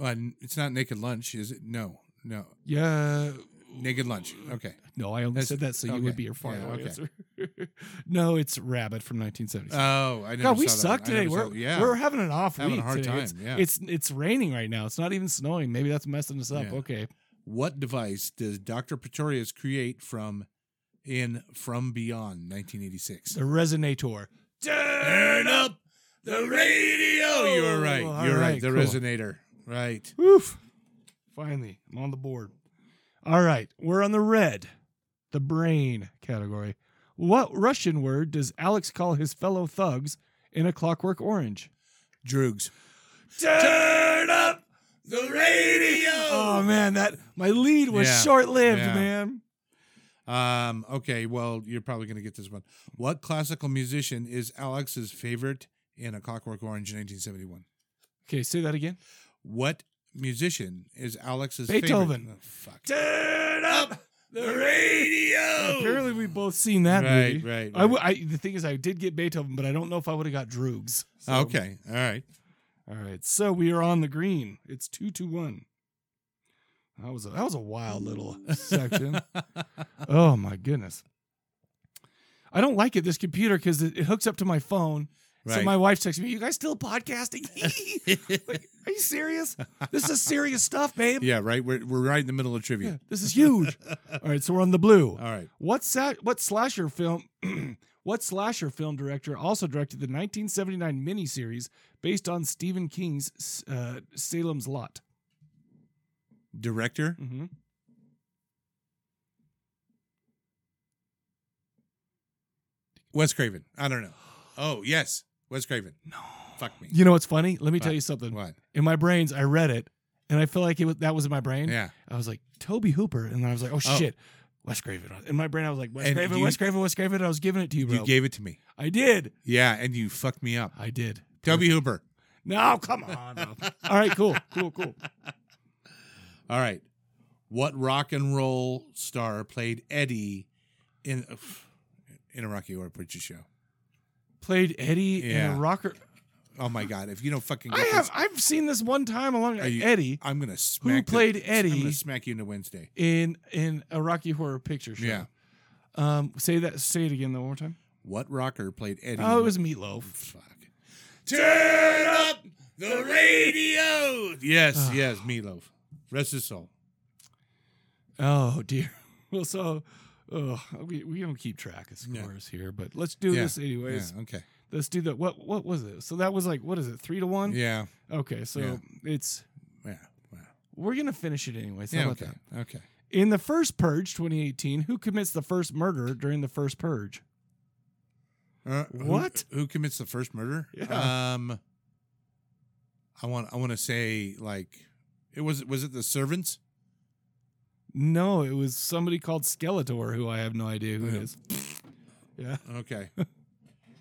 uh, n- it's not naked lunch, is it? No, no.
Yeah.
Naked lunch. Okay.
No, I only
That's-
said that so you
okay.
would be your final
Yeah, okay.
answer. (laughs) no, it's Rabbit from 1976.
Oh, I never
God, we
saw that
suck
one. I
today.
never saw
We're
that- yeah.
we're having an off
Having a
week
hard
today.
time,
It's,
yeah.
it's it's raining right now. It's not even snowing. Maybe that's messing us up.
Yeah.
Okay.
what device does Dr. Pretorius create from in From Beyond 1986?
The resonator.
Turn up the radio. You were right.
Oh, All
You're right.
right,
The
cool.
resonator. Right.
Oof. Finally, I'm on the board. All right. We're on the red, the brain category. What Russian word does Alex call his fellow thugs in a clockwork orange?
Droogs. Turn up the radio.
Oh man, that my lead was
Yeah.
short lived,
Yeah.
man.
Um, okay, well, you're probably going to get this one. What classical musician is Alex's favorite in A Clockwork Orange in 1971?
Okay, say that again.
What musician is Alex's
Beethoven.
favorite? Oh, fuck. Turn up the radio.
Apparently, we both seen that
Oh. Right,
movie.
right,
I w I the thing is, I did get Beethoven, but I don't know if I would have got Droogs. So-
Okay. All right. (laughs)
All right. So we are on the green. It's two to one. That was a, that was a wild little
(laughs)
section. oh my goodness. I don't like it this computer because it, it hooks up to my phone So
Right.
my wife texted me, "You guys still podcasting? (laughs) like, are you serious? This is serious stuff, babe.
(laughs) Yeah, right. We're, we're right in the middle of
Yeah,
trivia.
this is huge." All right, so we're on the blue.
All right.
What sa- what slasher film (clears throat) what slasher film director also directed the 1979 miniseries based on Stephen King's uh, Salem's Lot?
Director.
Mm-hmm.
Wes Craven. I don't know. Oh yes, Wes Craven. No. Fuck me.
You know what's funny? Let me tell
What?
you something.
What?
In my brains, I read it, and I feel like it was, that was in my brain.
Yeah.
I was like Toby Hooper, and then I was like, oh
Oh.
shit, Wes Craven. In my brain, I was like Wes
And
Craven,
you-
Wes Craven, Wes Craven. I was giving it to you, bro.
You gave it to me.
I did.
Yeah, and you fucked me up.
I did.
Toby Hooper.
No, come on.
(laughs)
bro. All right, cool, cool, cool.
All right. What rock and roll star played Eddie in in a Rocky Horror Picture Show?
Played Eddie in
Yeah.
a rocker.
Oh my god! If you don't fucking
I
get
have.
this,
I've seen this one time along
Are you-
Eddie
I'm gonna smack. the-
played
I'm
Eddie?
gonna smack you into Wednesday.
in in a Rocky Horror Picture Show.
Yeah.
Um. Say that. Say it again. though, One more time.
What rocker played Eddie?
Oh, it
in-
was Meatloaf.
fuck. Turn up the radio. Yes, yes, Meatloaf. Rest his soul.
Oh dear. (laughs) Well, so. Oh, we, we don't keep track of
Yeah.
scores here, but let's do
Yeah,
this anyways.
Yeah, okay.
Let's do that. What what was it? So that was like what is it? Three to one.
Yeah.
Okay, so
Yeah.
it's
Yeah. Wow.
we're gonna finish it anyways. How
Yeah.
about
Okay.
that?
Okay.
In the first purge, 2018, who commits the first murder during the first purge?
Uh, who-
What?
Who, commits the first murder?
Yeah.
Um, I want. I want to say like, it was. Was it the servants?
No, it was somebody called Skeletor, who I have no idea who it
Yeah.
is. Yeah, (laughs)
Okay.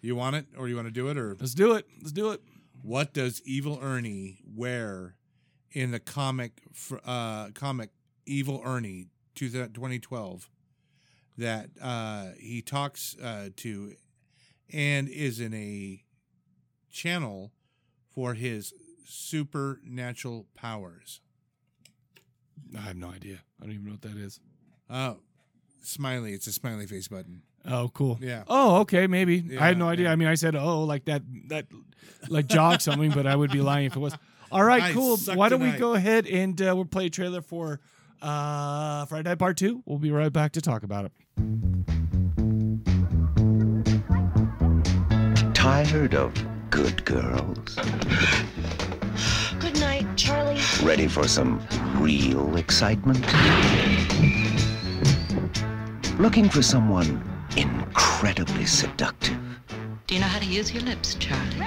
you want it, or you want to do it, or
let's do it. Let's do it.
what does Evil Ernie wear in the comic? fr- Uh, comic Evil Ernie, 2012, that uh, he talks uh, to, and is in a channel for his supernatural powers.
I have no idea. I don't even know what that is.
Oh, smiley. It's a smiley face button.
Oh, cool.
Yeah.
Oh, okay, maybe. I had
Yeah,
no idea.
yeah.
I mean, I said, oh, like that, that, like jog something, but I would be lying if it was. All right,
I
cool.
suck
Why don't we
tonight.
go ahead and uh, we'll play a trailer for uh, Friday Night Part Two. We'll be right back to talk about it.
Tired of good girls?
Good night, Charlie.
Ready for some real excitement? Looking for someone incredibly seductive?
Do you know how to use your lips, Charlie?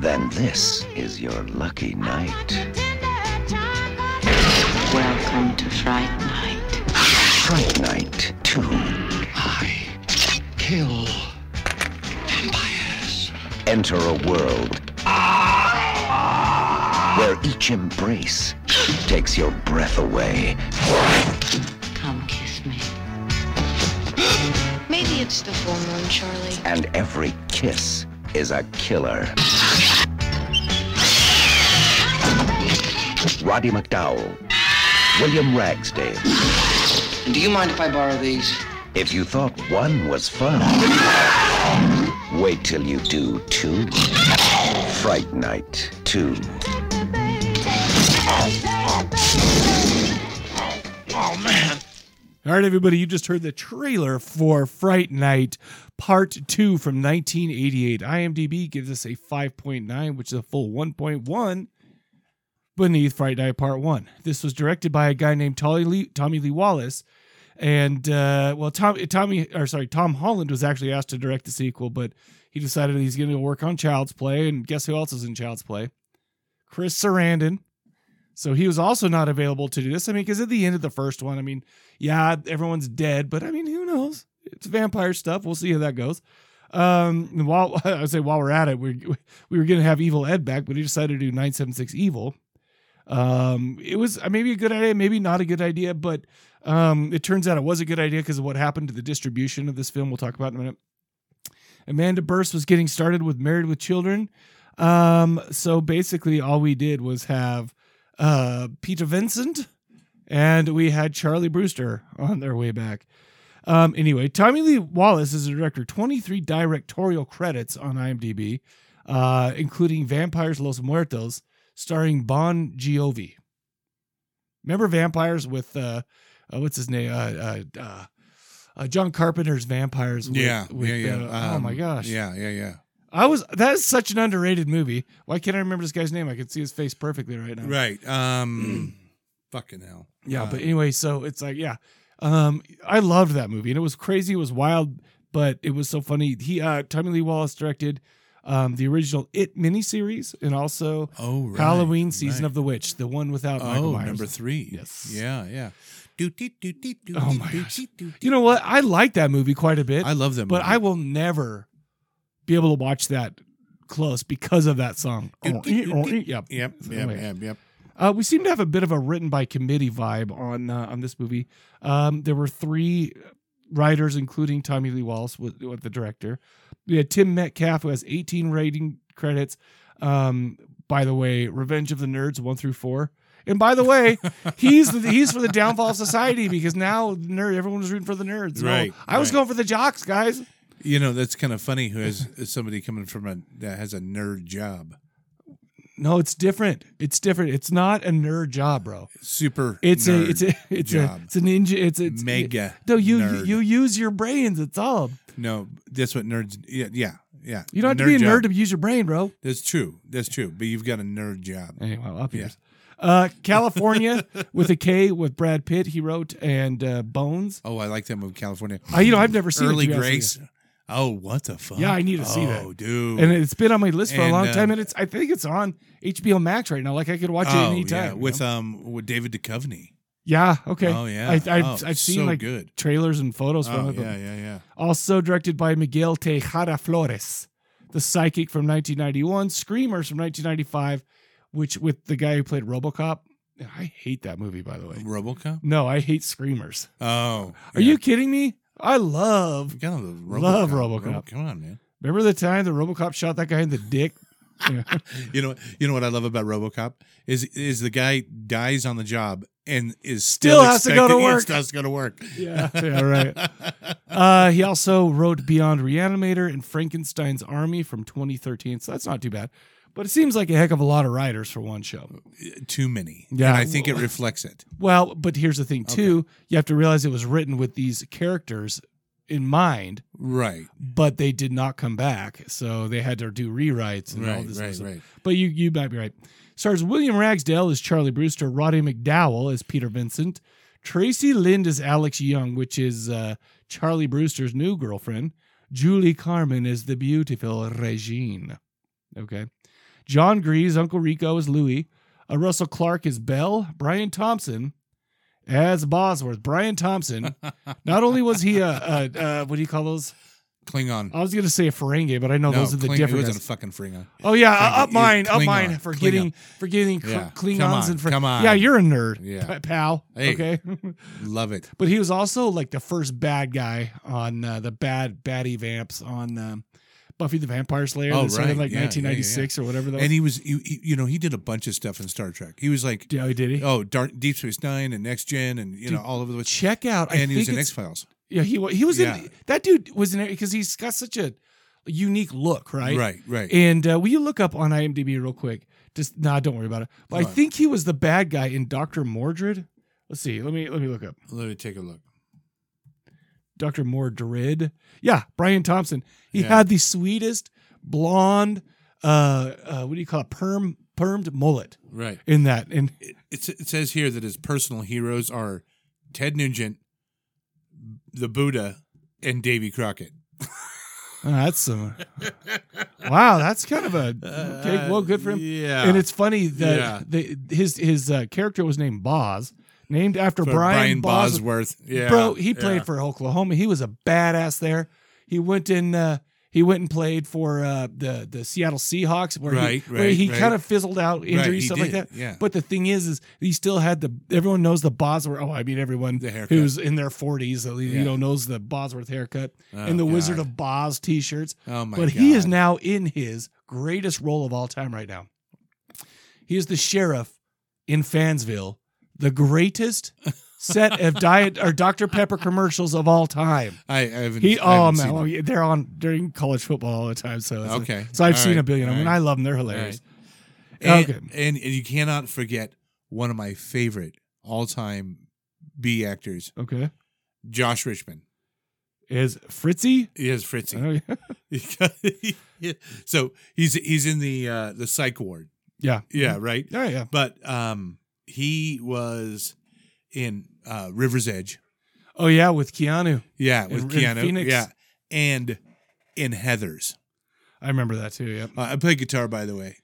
Then this is your lucky night.
Welcome to Fright Night.
Fright Night 2.
kill vampires.
Enter a world where each embrace takes your breath away.
Come kiss me.
Maybe it's the full moon, Charlie.
and every kiss is a killer. Roddy McDowell, William Ragsdale.
Do you mind if I borrow these?
If you thought one was fun, wait till you do two. Fright Night 2.
All right, everybody, you just heard the trailer for Fright Night Part 2 from 1988. IMDb gives us a 5.9, which is a full 1.1 beneath Fright Night Part 1. This was directed by a guy named Tommy Lee, Tommy Lee Wallace. And, uh, well, Tom, Tommy, or sorry, Tom Holland was actually asked to direct the sequel, but he decided he's going to work on Child's Play. And guess who else is in Child's Play? Chris Sarandon. So he was also not available to do this. I mean, because at the end of the first one, I mean, yeah, everyone's dead, but I mean, who knows? It's vampire stuff. We'll see how that goes. Um, and while (laughs) I would say while we're at it, we we were gonna have Evil Ed back, but he decided to do nine seven six Evil. Um, it was uh, maybe a good idea, maybe not a good idea, but um, it turns out it was a good idea because of what happened to the distribution of this film. We'll talk about in a minute. Amanda Burst was getting started with Married with Children. Um, so basically, all we did was have uh, Peter Vincent and we had Charlie Brewster on their way back. Um, anyway, Tommy Lee Wallace is a director, 23 directorial credits on IMDb, uh, including Vampires Los Muertos, starring Bon Jovi. Remember Vampires with, uh, uh, what's his name? Uh, uh, uh, uh, John Carpenter's Vampires. With,
yeah,
with,
yeah, yeah.
uh, oh
Um,
my gosh.
Yeah, yeah, yeah.
I was, that is such an underrated movie. Why can't I remember this guy's name? I can see his face perfectly right now.
Right. Um, (clears throat) fucking hell.
Yeah,
Uh,
but anyway, so it's like, yeah. Um, I loved that movie and it was crazy, it was wild, but it was so funny. He uh Tommy Lee Wallace directed um the original It miniseries and also
oh, right,
Halloween season
right.
of the witch, the one without Michael
Oh,
Myers.
number three.
Yes.
Yeah, yeah. Do, do, do, do, do,
Oh
do,
my
do,
gosh.
do, do.
You know what? I like that movie quite a bit,
I love them.
but I will never be able to watch that close because of that song. Oh, eh,
Do, do, do, do.
Yep. (laughs)
Yep, yep,
Anyway.
yep, yep.
Uh, we seem to have a bit of a written by committee vibe on uh, on this movie. Um, there were three writers, including Tommy Lee Wallace, with, with the director. We had Tim Metcalf, who has 18 rating credits. Um, by the way, Revenge of the Nerds one through four. And by the
(laughs)
way, he's the, he's for the downfall of society because now nerd everyone was rooting for the nerds. No,
Right,
I was
right.
going for the jocks, guys.
You know that's kind of funny. Who has (laughs) is somebody coming from a that has a nerd job?
No, it's different. It's different. It's not a nerd job, bro.
Super.
It's
nerd
a it's a (laughs) it's
job.
a it's an engine. It's it's
Mega
No, you
nerd.
you use your brains. It's all.
no. That's what nerds. Yeah, yeah, yeah.
You don't have to be a nerd
job.
to use your brain, bro.
That's true. That's true. But you've got a nerd job.
Anyway, well, up
Yeah.
yours. Uh, California (laughs) with a K with Brad Pitt. He wrote and uh, Bones.
Oh, I like that movie, California.
Uh, you know, I've never seen it,
Early
to be honest with
Grace. Oh, what the fuck?
Yeah, I need to see that.
Oh, dude.
And it's been on my list for
And,
a long
uh,
time, and it's I think it's on HBO Max right now. Like I could watch it
oh,
any time.
yeah,
you
with
know?
um with David Duchovny.
yeah, okay.
Oh, yeah.
I, I,
Oh,
I've seen
so
like
good.
trailers and photos from
Oh,
it. but-
yeah, yeah, yeah.
Also directed by Miguel Tejada Flores, The Psychic from 1991, Screamers from 1995, which with the guy who played RoboCop. I hate that movie, by the way.
RoboCop.
No, I hate Screamers.
Oh,
Are you kidding me? I love.
you gotta love RoboCop?
Love
Robo-
RoboCop.
Come on, man.
Remember the time the RoboCop shot that guy in the dick? (laughs) Yeah.
You know, you know what I love about RoboCop is is the guy dies on the job and is still,
Still has to go to
expected- yeah,
work.
Still has to go to work.
yeah, yeah, right. Uh, he also wrote Beyond Reanimator and Frankenstein's Army from 2013, so that's not too bad. But it seems like a heck of a lot of writers for one show.
(laughs) Too many.
Yeah.
and I think it reflects it.
Well, but here's the thing too: you have to realize it was written with these characters in mind,
Right,
but they did not come back, so they had to do rewrites and all
right,
this other
right,
stuff.
right.
But you you might be right. Stars William Ragsdale as Charlie Brewster, Roddy McDowell as Peter Vincent, Tracy Lind as Alex Young, which is uh, Charlie Brewster's new girlfriend, Julie Carmen as the beautiful Regine. Okay. John Grease, Uncle Rico as Louis, uh, Russell Clark as Bell, Brian Thompson as Bosworth. Brian
(laughs)
Thompson, not only was he a, a, a what do you call those?
Klingon.
I was going to say a Ferengi, but I know Oh, those are the
Kling-
different.
It
guys.
wasn't a fucking Klingon.
Oh yeah,
Thank
up
you.
mine, up
Klingon.
mine. Forgetting,
Klingon.
forgetting Kl-
Yeah.
Klingons
Come on,
and Fre-
come on.
Yeah, you're a nerd,
Yeah.
p- pal.
Hey.
Okay, (laughs)
Love it.
but he was also like the first bad guy on uh, the bad baddie vamps on um, Buffy the Vampire Slayer.
Oh,
that started in,
right.
like
Yeah, yeah, yeah,
1996 or whatever. That was.
And he was, he, he- you know, he did a bunch of stuff in Star Trek. He was like,
yeah, he did he?
oh, Dark, Deep Space Nine and Next Gen, and you know, all over the place.
Check out. I
and he was
think
in
it's-
X Files.
Yeah, he wa- he was
Yeah.
in. That dude was in it because he's got such a unique look, right?
Right, right.
And uh, will you look up on IMDb real quick? Just nah, don't worry about it. But I
Right.
think he was the bad guy in Doctor Mordred. Let's see. Let me let me look up.
Let me take a look.
Dr. Mordred. Yeah, Brian Thompson. He
Yeah.
had the sweetest blonde, uh, uh, what do you call it? Perm, permed mullet
Right.
in that. And
It, it, it says here that his personal heroes are Ted Nugent, the Buddha, and Davy Crockett.
oh, that's
(laughs)
some, wow, that's kind of a, okay, well, good for him.
Uh, Yeah.
And it's funny that
Yeah.
the, his, his uh, character was named Boz, named after
For
Brian, Boz.
Bosworth. Yeah.
Bro, he played
yeah.
for Oklahoma. He was a badass there. He went in. Uh, he went and played for uh, the the Seattle Seahawks, where
Right,
he, where he
right, right.
kind of fizzled out injuries,
he
stuff like
did,
that.
yeah.
But the thing is, is he still had the. Everyone knows the Bosworth. Oh, I mean, everyone
The haircut.
who's in their forties, you
Yeah.
know, knows the Bosworth haircut and the
Oh,
Wizard
God.
of Boz T-shirts.
Oh my
but he is
God.
now in his greatest role of all time right now. He is the sheriff in Fansville, the greatest set
(laughs)
of diet or Dr Pepper commercials of all time.
I, I haven't.
He
I
oh
haven't
man,
seen
well,
it.
yeah, they're on during college football all the time. So it's-
Okay.
so I've
All
seen
right.
a billion of
All
them,
right.
and I love them. They're
All
hilarious.
And,
Okay.
and and you cannot forget one of my favorite all time B actors,
Okay,
Josh Richmond.
is Fritzy?
He is Fritzy. (laughs)
Oh, yeah.
so he's he's in the uh, the psych ward.
yeah,
Yeah, right.
yeah, yeah.
But um, he was in uh, River's Edge.
Oh yeah, with Keanu.
Yeah,
In-
with
in
Keanu.
Phoenix.
Yeah, and in Heather's.
I remember that too. Yeah.
Uh, I play guitar, by the way.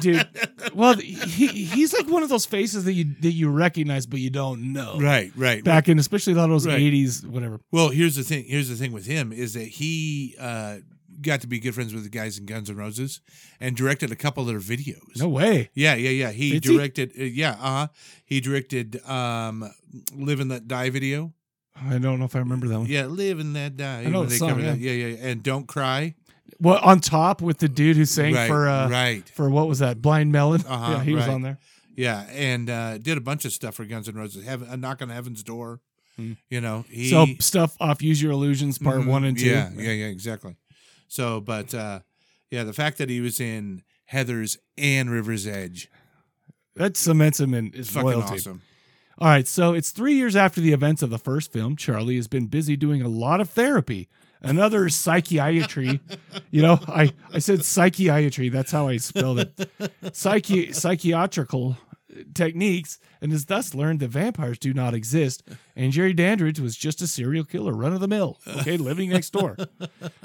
dude. Well, he he's like one of those faces that you that you recognize but you don't know.
Right, right.
Back in especially a lot of those
Right.
eighties, whatever.
Well, here's the thing. Here's the thing with him is that he uh, got to be good friends with the guys in Guns N' Roses, and directed a couple of their videos.
No way.
Yeah, yeah, yeah. He
Did he?
directed. uh, yeah, uh huh. He directed um, "Live and Let Die" video.
I don't know if I remember that one.
Yeah, "Live and Let Die."
I know
when
the
they
song,
come in- yeah, yeah. And "Don't Cry."
Well, on top with the dude who sang
right,
for uh
right.
for what was that? Blind Melon. (laughs)
Uh-huh,
yeah, he was
right.
on there.
Yeah, and uh, did a bunch of stuff for Guns N' Roses. Heaven, a knock on heaven's door.
Mm.
You know, he
so stuff off Use Your Illusions Part
Mhm.
One and Two.
Yeah, yeah, yeah, exactly. So, but uh, yeah, the fact that he was in Heather's and River's Edge
That cements him in
is
his
fucking
loyalty.
awesome.
All right, so it's three years after the events of the first film. Charlie has been busy doing a lot of therapy, another psychiatry. (laughs) you know, I, I said psychiatry. That's how I spelled it. Psychi- psychiatrical techniques, and has thus learned that vampires do not exist. And Jerry Dandridge was just a serial killer, run of the mill. Okay, living next door.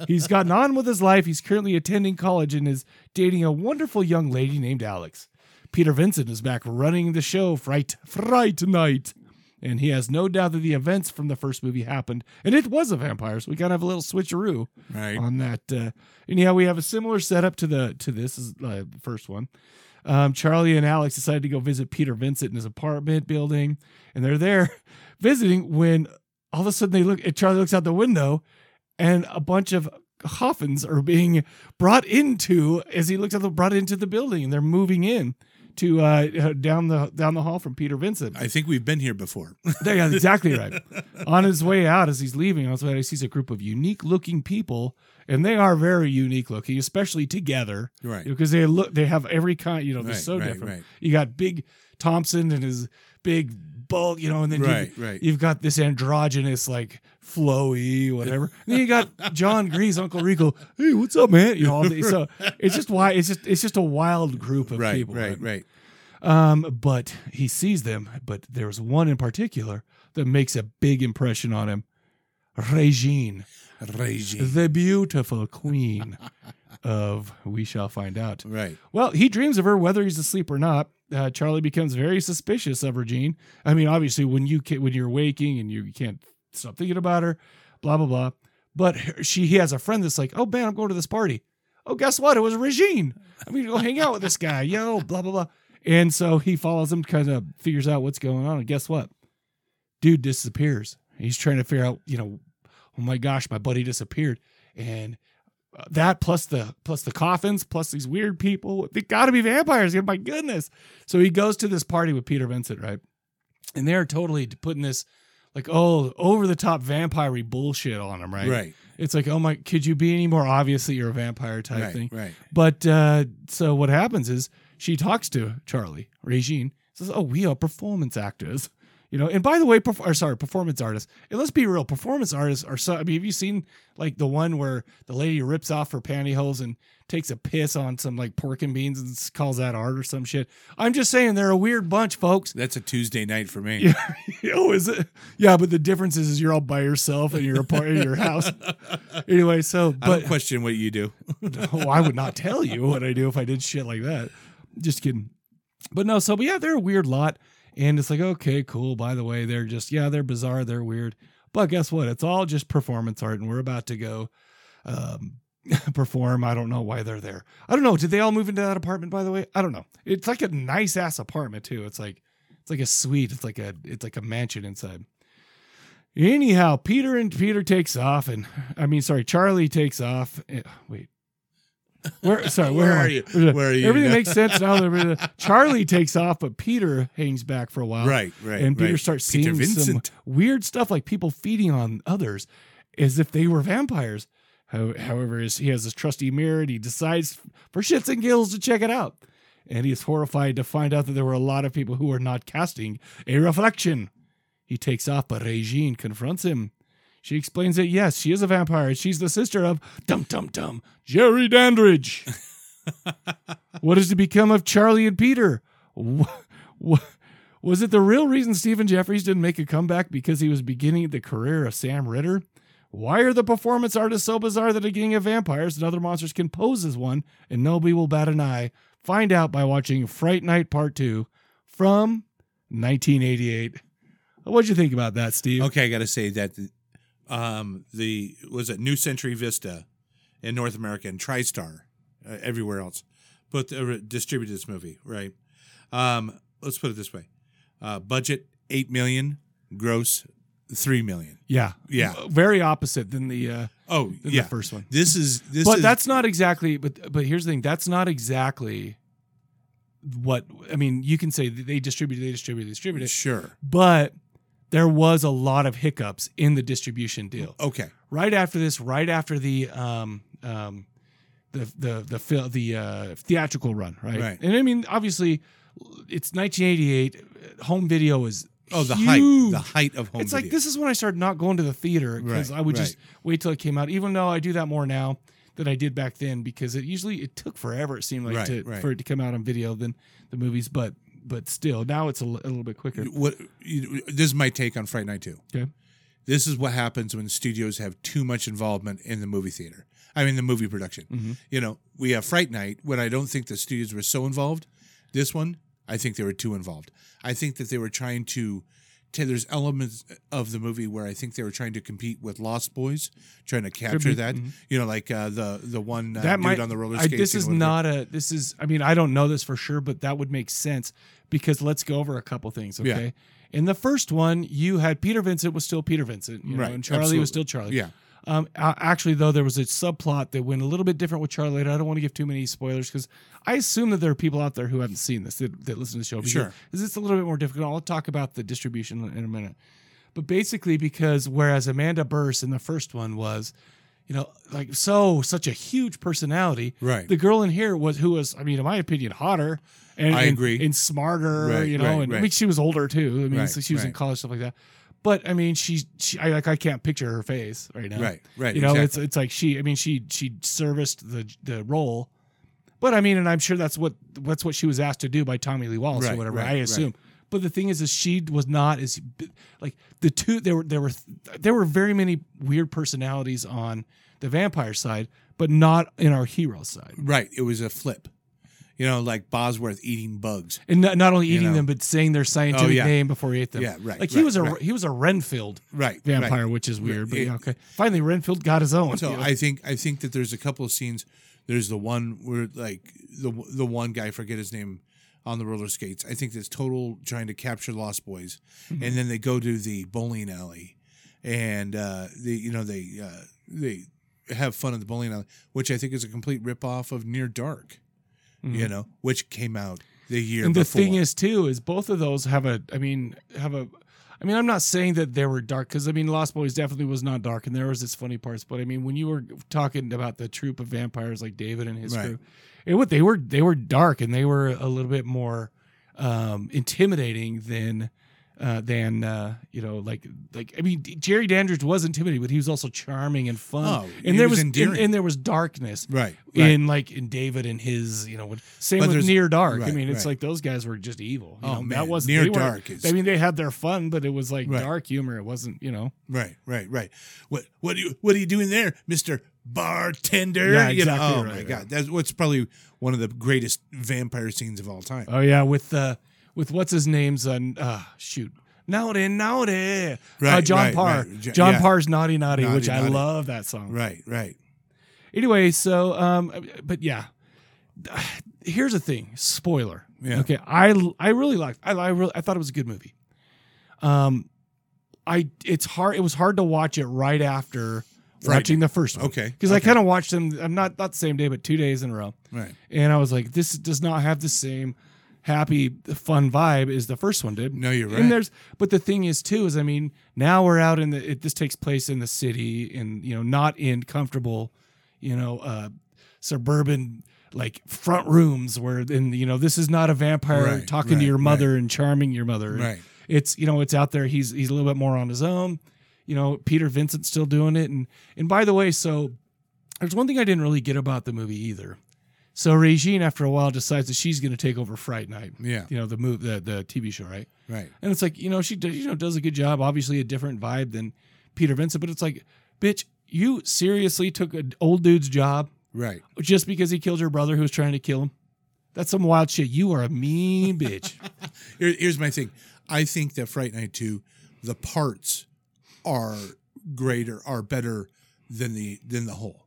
He's gotten on with his life. He's currently attending college and is dating a wonderful young lady named Alex. Peter Vincent is back running the show Fright Fright Night. And he has no doubt that the events from the first movie happened. And it was a vampire, so we kind of have a little switcheroo
Right.
on that. Uh, anyhow, we have a similar setup to the to this is uh, the first one. Um, Charlie and Alex decide to go visit Peter Vincent in his apartment building, and they're there (laughs) visiting when all of a sudden they look. Charlie looks out the window, and a bunch of coffins are being brought into as he looks at the brought into the building, and they're moving in to uh, down the down the hall from Peter Vincent.
I think we've been here before. (laughs)
They are exactly right. on his way out, as he's leaving, on his way out, he sees a group of unique looking people, and they are very unique looking, especially together.
Right.
Because they look they have every kind, you know, they're
Right,
so
right,
different.
right.
You got big Thompson and his big bulk, you know, and then
Right,
you,
right.
you've got this androgynous, like flowy, whatever. And then you got John Grease, Uncle Rico. Hey, what's up, man? You know, all these, so it's just why it's just it's just a wild group of
right,
people.
right, right.
Um, but he sees them, but there's one in particular that makes a big impression on him. Regine,
Reggie.
the beautiful queen of We Shall Find Out.
Right.
Well, he dreams of her whether he's asleep or not. Uh, Charlie becomes very suspicious of Regine. I mean, obviously, when you ca- when you're waking and you can't stop thinking about her, blah blah blah. But her- she he has a friend that's like, oh man, I'm going to this party. Oh, guess what? It was Regine. I'm gonna go hang out with this guy. Yo, blah blah blah. And so he follows him, kind of figures out what's going on. And guess what? Dude disappears. He's trying to figure out, you know, oh my gosh, my buddy disappeared. And uh, that plus the plus the coffins plus these weird people they gotta be vampires oh my goodness so he goes to this party with peter vincent right and they're totally putting this like oh over the top vampire bullshit on him right
Right. Right.
it's like oh my could you be any more obvious that you're a vampire type thing
Right. right.
but uh, so what happens is she talks to Charlie, Regine, says, Oh, we are performance actors. You know, and by the way, perf- or sorry, performance artists. And let's be real, performance artists are so. I mean, have you seen like the one where the lady rips off her pantyhose and takes a piss on some like pork and beans and s- calls that art or some shit? I'm just saying they're a weird bunch, folks. (laughs)
That's a Tuesday night for me.
Yeah. oh, is it? Yeah, but the difference is, is you're all by yourself in your apartment, in your
(laughs)
house. Anyway, so
I don't
but
question what you do.
(laughs) oh, I would not tell you what I do if I did shit like that. Just kidding. But no, so but yeah, they're a weird lot. And it's like, okay, cool. By the way, they're just, yeah, they're bizarre, they're weird. But guess what? It's all just performance art, and we're about to go um, (laughs) perform. I don't know why they're there. I don't know. Did they all move into that apartment, by the way? I don't know. It's like a nice ass apartment, too. It's like it's like a suite. It's like a it's like a mansion inside. Anyhow, Peter and Peter takes off, and I mean, sorry, Charlie takes off. Eh, Wait, Where sorry, where,
Where
am I?
are you?
Where's it?
Where are you (laughs)
Everything
now?
makes sense now. that we're- Charlie takes off, but Peter hangs back for a while.
Right, right,
Uh, And Peter
right.
starts
Peter
seeing
Vincent.
some weird stuff, like people feeding on others, as if they were vampires. How, however, his, he has this trusty mirror, and he decides for shits and giggles to check it out. And he is horrified to find out that there were a lot of people who were not casting a reflection. He takes off, but Regine confronts him. She explains that yes, she is a vampire. and She's the sister of Dum Dum Dum Jerry
(laughs)
Dandridge. what is to become of Charlie and Peter? Wha wha- was it the real reason Stephen Jeffries didn't make a comeback because he was beginning the career of Sam Ritter? Why are the performance artists so bizarre that a gang of vampires and other monsters can pose as one and nobody will bat an eye? Find out by watching Fright Night Part 2 from 1988. What'd you think about that, Steve?
Okay, I got to say that um, the was it New Century Vista in North America and TriStar uh, everywhere else, but uh, distributed this movie right. Um, let's put it this way: uh, budget eight million, gross three million.
Yeah.
Yeah.
Very opposite than the uh
Oh
than
yeah,
the first one.
This is this
but
is
that's not exactly but but here's the thing, that's not exactly what I mean, you can say they distributed, they distributed, they distributed,
sure
but there was a lot of hiccups in the distribution deal.
okay.
Right after this, right after the um um the the the fil- the uh, theatrical run, right?
Right.
And I mean, obviously, it's 1988. Home video is
Oh, the
huge
height, the height of home.
it's like
video.
this is when I started not going to the theater because
Right,
I would
right.
just wait till it came out. Even though I do that more now than I did back then because it usually it took forever. It seemed like
Right,
to,
right.
for it to come out on video than the movies, but but still now it's a, li- a little bit quicker.
What you, this is my take on Fright Night Two.
Okay.
This is what happens when studios have too much involvement in the movie theater. I mean, the movie production.
Mhm.
You know, we have Fright Night when I don't think the studios were so involved. This one, I think they were too involved. I think that they were trying to. t- There's elements of the movie where I think they were trying to compete with Lost Boys, trying to capture
be,
that.
mhm.
You know, like uh, the the one uh,
that
dude
might
on the roller
I-
skates.
this
and
is
whatever.
not a this is I mean I don't know this for sure, but that would make sense because let's go over a couple things.
Yeah.
Okay. In the first one, you had Peter Vincent was still Peter Vincent, you know,
Right,
and Charlie
absolutely.
was still Charlie.
Yeah.
Um, a- actually, though, there was a subplot that went a little bit different with Charlie. And I don't want to give too many spoilers because I assume that there are people out there who haven't seen this that, that listen to the show. because
Sure.
It's a little bit more difficult. I'll talk about the distribution in a minute. But basically, because whereas Amanda Burse in the first one was, you know, like so such a huge personality,
Right.
The girl in here was who was, I mean, in my opinion, hotter. And,
I
and-
agree.
And, smarter,
Right,
you know,
right,
and I
right.
mean, she was older too. I mean,
Right,
so she was in
right.
college stuff like that. But I mean, she, she I like I can't picture her face right now.
Right, right,
You know, it's
exactly.
it's like she. I mean, she she serviced the the role, but I mean, and I'm sure that's what that's what she was asked to do by Tommy Lee Wallace or
Right,
whatever.
right,
I assume.
right.
But the thing is, is she was not as bi- like the two. There were there were there were very many weird personalities on the vampire side, but not in our hero side.
right. It was a flip. You know, like Bosworth eating bugs.
and not, not only
You
eating
know. Oh,
them but saying their scientific
yeah.
name before he ate them.
Yeah, right,
Like he
right,
was a
right.
he was a Renfield
Right.
vampire,
right.
which is weird. But
It-
yeah, okay. Finally, Renfield got his own.
So
Yeah.
I think I think that there's a couple of scenes. There's the one where like the the one guy I forget his name on the roller skates. I think that's total trying to capture Lost Boys,
Mm-hmm.
and then they go to the bowling alley, and uh, they you know they uh, they have fun at the bowling alley, which I think is a complete ripoff of Near Dark, you know, which came out the year.
Mm-hmm. and the
before.
thing is too is both of those have a i mean have a i mean i'm not saying that they were dark because i mean lost boys definitely was not dark and there was its funny parts but i mean when you were talking about the troop of vampires like david and his
Right.
crew it what they were they were dark and they were a little bit more um intimidating than uh, than uh, you know, like like I mean, Jerry Dandridge was intimidating, but he was also charming and fun.
Oh,
and
he
there
was
was, and-
endearing.
and, there was darkness,
Right, right.
In like in David and his, you know, when- same
But
with
there's-
Near Dark. I
right,
mean, it's
right.
like those guys were just evil. You
Oh,
know, that
man.
wasn't
Near
they weren't-
Dark is-
I mean, they had their fun, but it was like
Right.
dark humor. It wasn't, you know.
Right, right, right. What what are you what are you doing there, Mister Bartender?
Yeah,
You know,
exactly
oh
right,
my
right.
god, that's what's probably one of the greatest vampire scenes of all time.
Oh yeah, with uh, with what's his name's uh, uh shoot. Naughty, naughty. uh,
Right,
John
right,
Parr.
right. J-
John
yeah.
Parr's Naughty Naughty,
Naughty
which I
Naughty.
love that song.
Right, right.
Anyway, so um, but yeah, here's the thing. Spoiler.
Yeah.
Okay. I I really liked. I I really I thought it was a good movie. Um, I it's hard. It was hard to watch it right after
Friday.
watching the first one.
Okay.
Because I
Okay.
kind of watched them. I'm not not the same day, but two days in a row.
Right.
And I was like, this does not have the same happy, fun vibe as the first one did.
No, you're right.
And there's, but the thing is too is I mean now we're out in the it, this takes place in the city and you know not in comfortable, you know, uh, suburban like front rooms where and you know this is not a vampire
Right,
talking
right,
to your mother and charming your mother.
Right.
It's you know it's out there. He's he's a little bit more on his own. You know, Peter Vincent's still doing it. And and by the way, so there's one thing I didn't really get about the movie either. So Regine, after a while, decides that she's going to take over Fright Night.
Yeah.
you know the move, the the TV show, right?
Right.
And it's like you know she does, you know does a good job. Obviously, a different vibe than Peter Vincent, but it's like, bitch, you seriously took an old dude's job
Right.
just because he killed your brother who was trying to kill him. That's some wild shit. You are a
(laughs)
mean bitch.
Here, here's my thing. I think that Fright Night 2, the parts are greater, are better than the than the whole.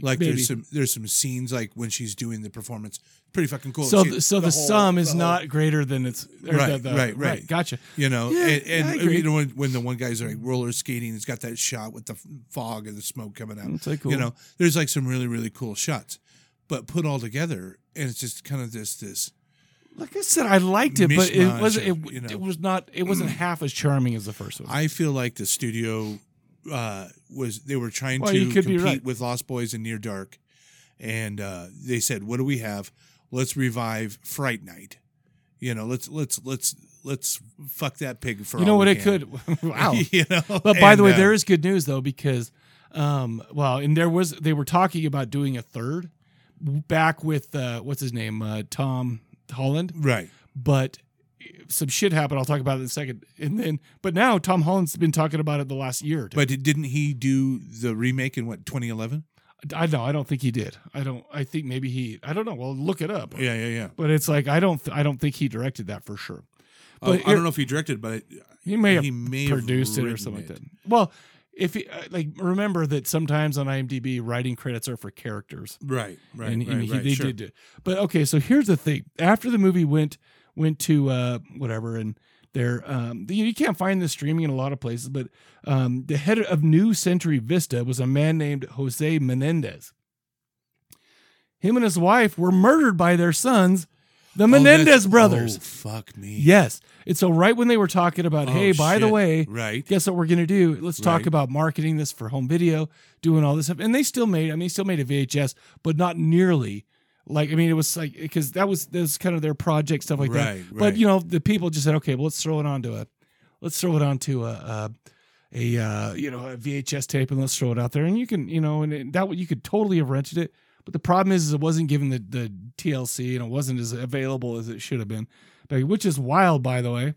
Like
Maybe.
there's some there's some scenes like when she's doing the performance, pretty fucking cool.
So,
She-
the, so the,
whole-
sum is
the whole-
not greater than it's or
Right,
the- the-
right, right.
Gotcha.
you know,
Yeah,
and,
I
and
agree.
you know when, when the one guy's like roller skating, it's got that shot with the f- fog and the smoke coming out.
That's, like,
You
cool.
know, there's like some really really cool shots, but put all together, and it's just kind of this this
Like I said, I liked it, but it
Mishmash
wasn't. It,
of, you know. Mm.
it was not. It wasn't half as charming as the first one.
I feel like the studio uh, was they were trying
Well,
to
you could be
compete
right.
with Lost Boys and Near Dark, and uh, they said, "What do we have? Let's revive Fright Night. You know, let's let's let's let's fuck that pig for
you know
all
what?
we
It
(laughs) can."
could. (laughs) wow.
you know,
But by the
And,
way,
uh,
there is good news though because, um, well, and there was they were talking about doing a third, back with uh, what's his name, uh, Tom Holland,
right.
but some shit happened. I'll talk about it in a second, and then but now Tom Holland's been talking about it the last year. Or two.
But it- didn't he do the remake in what 2011?
I know I don't think he did. I don't. I think maybe he. I don't know. Well, look it up.
Yeah, yeah, yeah.
But it's like I don't. I don't think he directed that for sure. But
Uh, I
it-
don't know if he directed, but
He may have
He may have
produced it or
written
something like
it.
that. Well, if he, uh, like remember that sometimes on IMDb writing credits are for characters,
right, right,
and,
right,
and he,
right,
they
sure.
did. it. But okay, so here's the thing: after the movie went went to uh, whatever, and there um, you, you can't find this streaming in a lot of places, but um, the head of New Century Vista was a man named Jose Menendez. Him and his wife were murdered by their sons, the
Oh, that's-
Menendez brothers.
Oh, fuck me.
Yes. And so right when they were talking about,
Oh,
hey, by the
shit.
way,
right.
guess what we're gonna do? Let's talk
Right.
about marketing this for home video, doing all this stuff. And they still made, I mean, they still made a VHS, but not nearly like I mean, it was like because that was that was kind of their project stuff like
Right,
that.
right.
But you know, the people just said, okay, well, let's throw it onto a, let's throw it onto a. a a uh, you know a VHS tape and let's throw it out there and you can you know and it, that you could totally have rented it but the problem is, is it wasn't given the, the TLC and it wasn't as available as it should have been, Like, which is wild, by the way.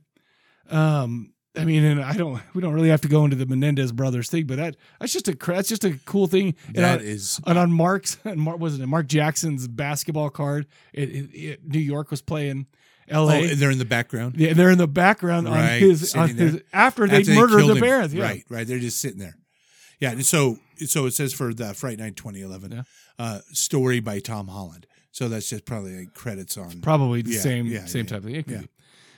Um, I mean, and I don't, we don't really have to go into the Menendez brothers thing, but that that's just a cra- that's just a cool thing. And
That
I-
is
and on Mark's (laughs) and Mark wasn't it Mark Jackson's basketball card? It, it, it, New York was playing L.A.
Oh, they're in the background.
yeah, they're in the background
Right,
on his,
sitting
on his
there.
after they
After they
murdered
killed
the
him.
Barons. Yeah.
Right, right. They're just sitting there. Yeah. and So, so it says for the Fright Night 2011
Yeah.
uh, story by Tom Holland. So that's just probably like credits on. (laughs)
probably the
Yeah,
same
yeah,
same
yeah,
type of thing. It could
yeah.
be.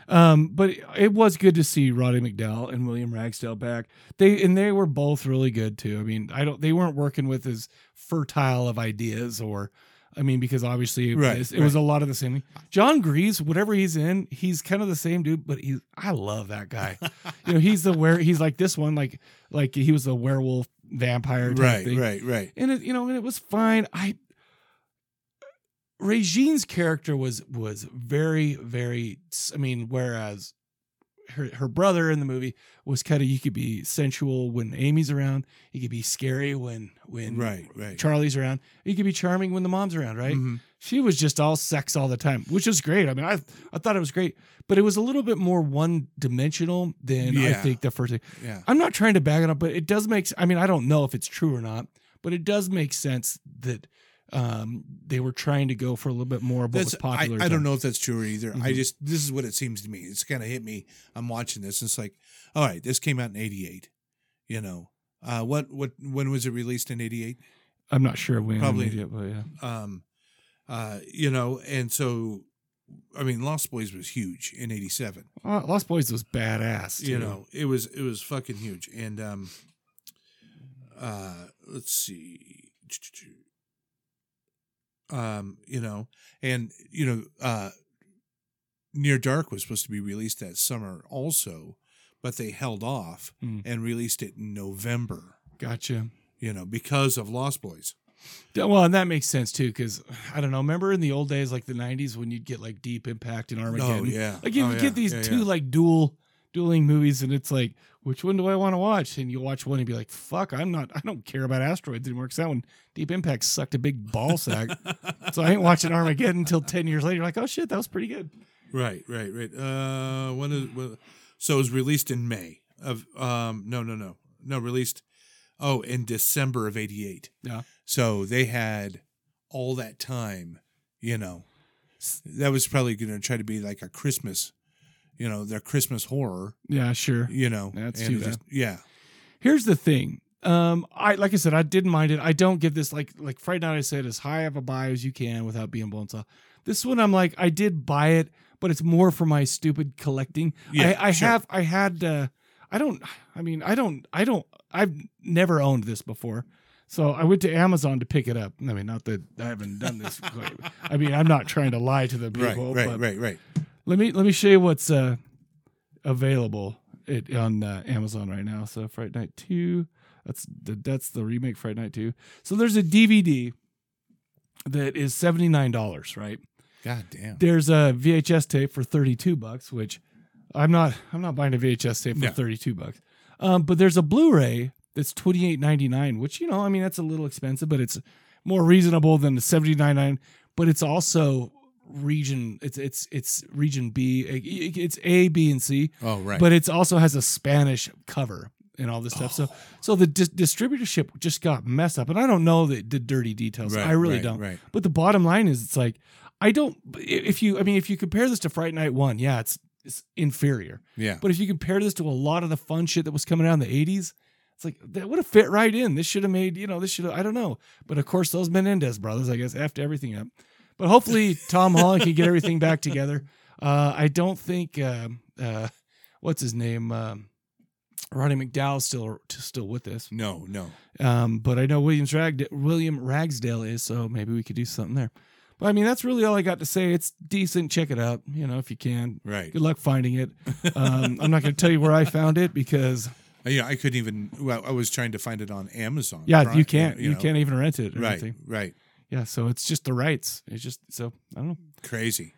Um, but it- it was good to see Roddy McDowell and William Ragsdale back. They and they were both really good too. I mean, I don't they weren't working with as fertile of ideas or I mean, because obviously it,
Right,
was, it was
right.
a lot of the same. John Grease, whatever he's in, he's kind of the same dude, but he's I love that guy. you know, he's the where he's like this one, like like he was the werewolf vampire type
right,
thing
right, right.
and it you know and it was fine i regine's character was was very very i mean whereas her, her brother in the movie was kind of you could be sensual when amy's around you could be scary when when
Right, right.
charlie's around you could be charming when the mom's around right
Mhm.
she was just all sex all the time which is great i mean i i thought it was great but it was a little bit more one dimensional than i
Yeah.
think the first thing
Yeah.
I'm not trying to bag it up, but it does make. I mean, I don't know if it's true or not, but it does make sense that um, they were trying to go for a little bit more of what
That's,
was popular.
I, I
then.
don't know if that's true either. I
Mhm.
just, this is what it seems to me. It's kind of hit me. I'm watching this. And it's like, all right, this came out in 88. You know, uh, what, what, when was it released in 88?
I'm not sure when.
Probably-
Probably, but yeah.
um uh you know and so i mean lost boys was huge in 87
Well, Lost Boys was badass.
you
too.
know it was it was fucking huge and um uh let's see um you know and you know uh near dark was supposed to be released that summer also but they held off
Mm.
and released it in november
Gotcha.
you know because of lost boys
Yeah, Well, and that makes sense too, because I don't know. Remember in the old days, like the '90s, when you'd get like Deep Impact and Armageddon.
Oh, yeah.
Like you
Oh,
would
yeah.
get these
Yeah,
two
yeah.
like dual dueling movies, and it's like, which one do I want to watch? And you watch one and be like, "Fuck, I'm not. I don't care about asteroids anymore." Because that one, Deep Impact, sucked a big ball
(laughs)
sack. so I ain't watching Armageddon until ten years later. Like, oh shit, that was pretty good.
right right right uh when is when, so it was released in may of um no no no no released oh in december of 88
Yeah.
So they had all that time, you know. That was probably going to try to be like a Christmas, you know, their Christmas horror,
Yeah, sure.
you know.
That's
and
too
it
bad.
yeah.
Here's the thing. Um, I like I said, I didn't mind it. I don't give this like like Friday Night. I said as high of a buy as you can without being blown off. This one, I'm like, I did buy it, but it's more for my stupid collecting.
Yeah,
I, I
sure.
have, I had, uh, I don't. I mean, I don't, I don't. I've never owned this before, so I went to Amazon to pick it up. I mean, not that I haven't done this. (laughs) quite- I mean, I'm not trying to lie to the
Right,
people.
right,
but
right, right.
Let me let me show you what's uh, available it, on uh, Amazon right now. So Fright Night Two, that's the, that's the remake Fright Night Two. So there's a DVD that is seventy nine dollars, right?
God damn.
There's a VHS tape for thirty two bucks, which I'm not I'm not buying a VHS tape for
No.
thirty two bucks. Um, but there's a Blu-ray that's twenty eight ninety nine, which you know, I mean, that's a little expensive, but it's more reasonable than the seventy nine nine. But it's also region it's it's it's region B, it's A, B, and C
Oh, right.
but it's also has a Spanish cover and all this stuff. So
Oh.
so the dis- distributorship just got messed up, and I don't know the, the dirty details.
Right,
I really
right,
don't.
right.
But the bottom line is, it's like I don't. i- If you, I mean, if you compare this to Fright Night One, yeah, it's it's inferior.
yeah.
But if you compare this to a lot of the fun shit that was coming out in the eighties. It's like that would have fit right in. This should have made, you know, this should have, I don't know. But of course, those Menendez brothers, I guess, effed everything up. But hopefully, Tom Holland can get everything back together. Uh, I don't think, um uh, what's his name? Um, Ronnie McDowell's still still with us,
no, no.
um, but I know Williams Rag- William Ragsdale is, so maybe we could do something there. But I mean, that's really all I got to say. It's decent. Check it out, you know, if you can.
Right.
Good luck finding
(laughs)
it. Um, I'm not going to tell you where I found it because
Uh, Yeah, I couldn't even well, I was trying to find it on Amazon.
yeah,
Prime,
you can't you,
know.
can't even rent it or
Right.
anything.
Right.
Yeah, so it's just the rights. It's just so I don't know.
Crazy.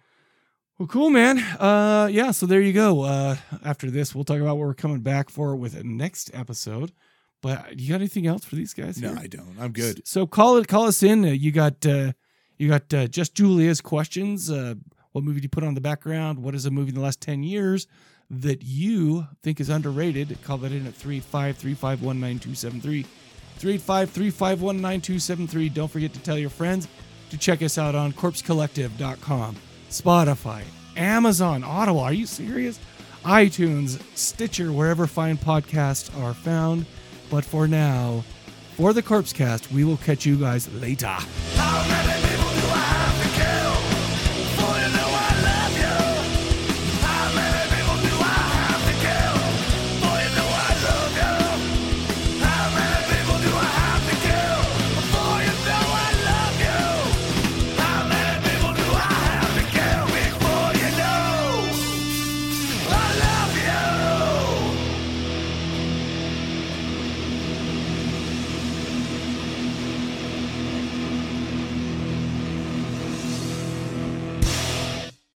Well, cool, man. Uh, yeah, so there you go. Uh, after this, we'll talk about what we're coming back for with the next episode. But you got anything else for these guys?
No,
here?
I don't. I'm good.
So call it, call us in. Uh, you got, uh, you got uh, just Julia's questions. Uh, what movie do you put on the background? What is a movie in the last ten years that you think is underrated? Call that in at 385-351-9273. 385-351-9273. Don't forget to tell your friends to check us out on corpsecollective.com, Spotify, Amazon, Ottawa. Are you serious? iTunes, Stitcher, wherever fine podcasts are found. But for now, for the Corpse Cast, we will catch you guys later.
How many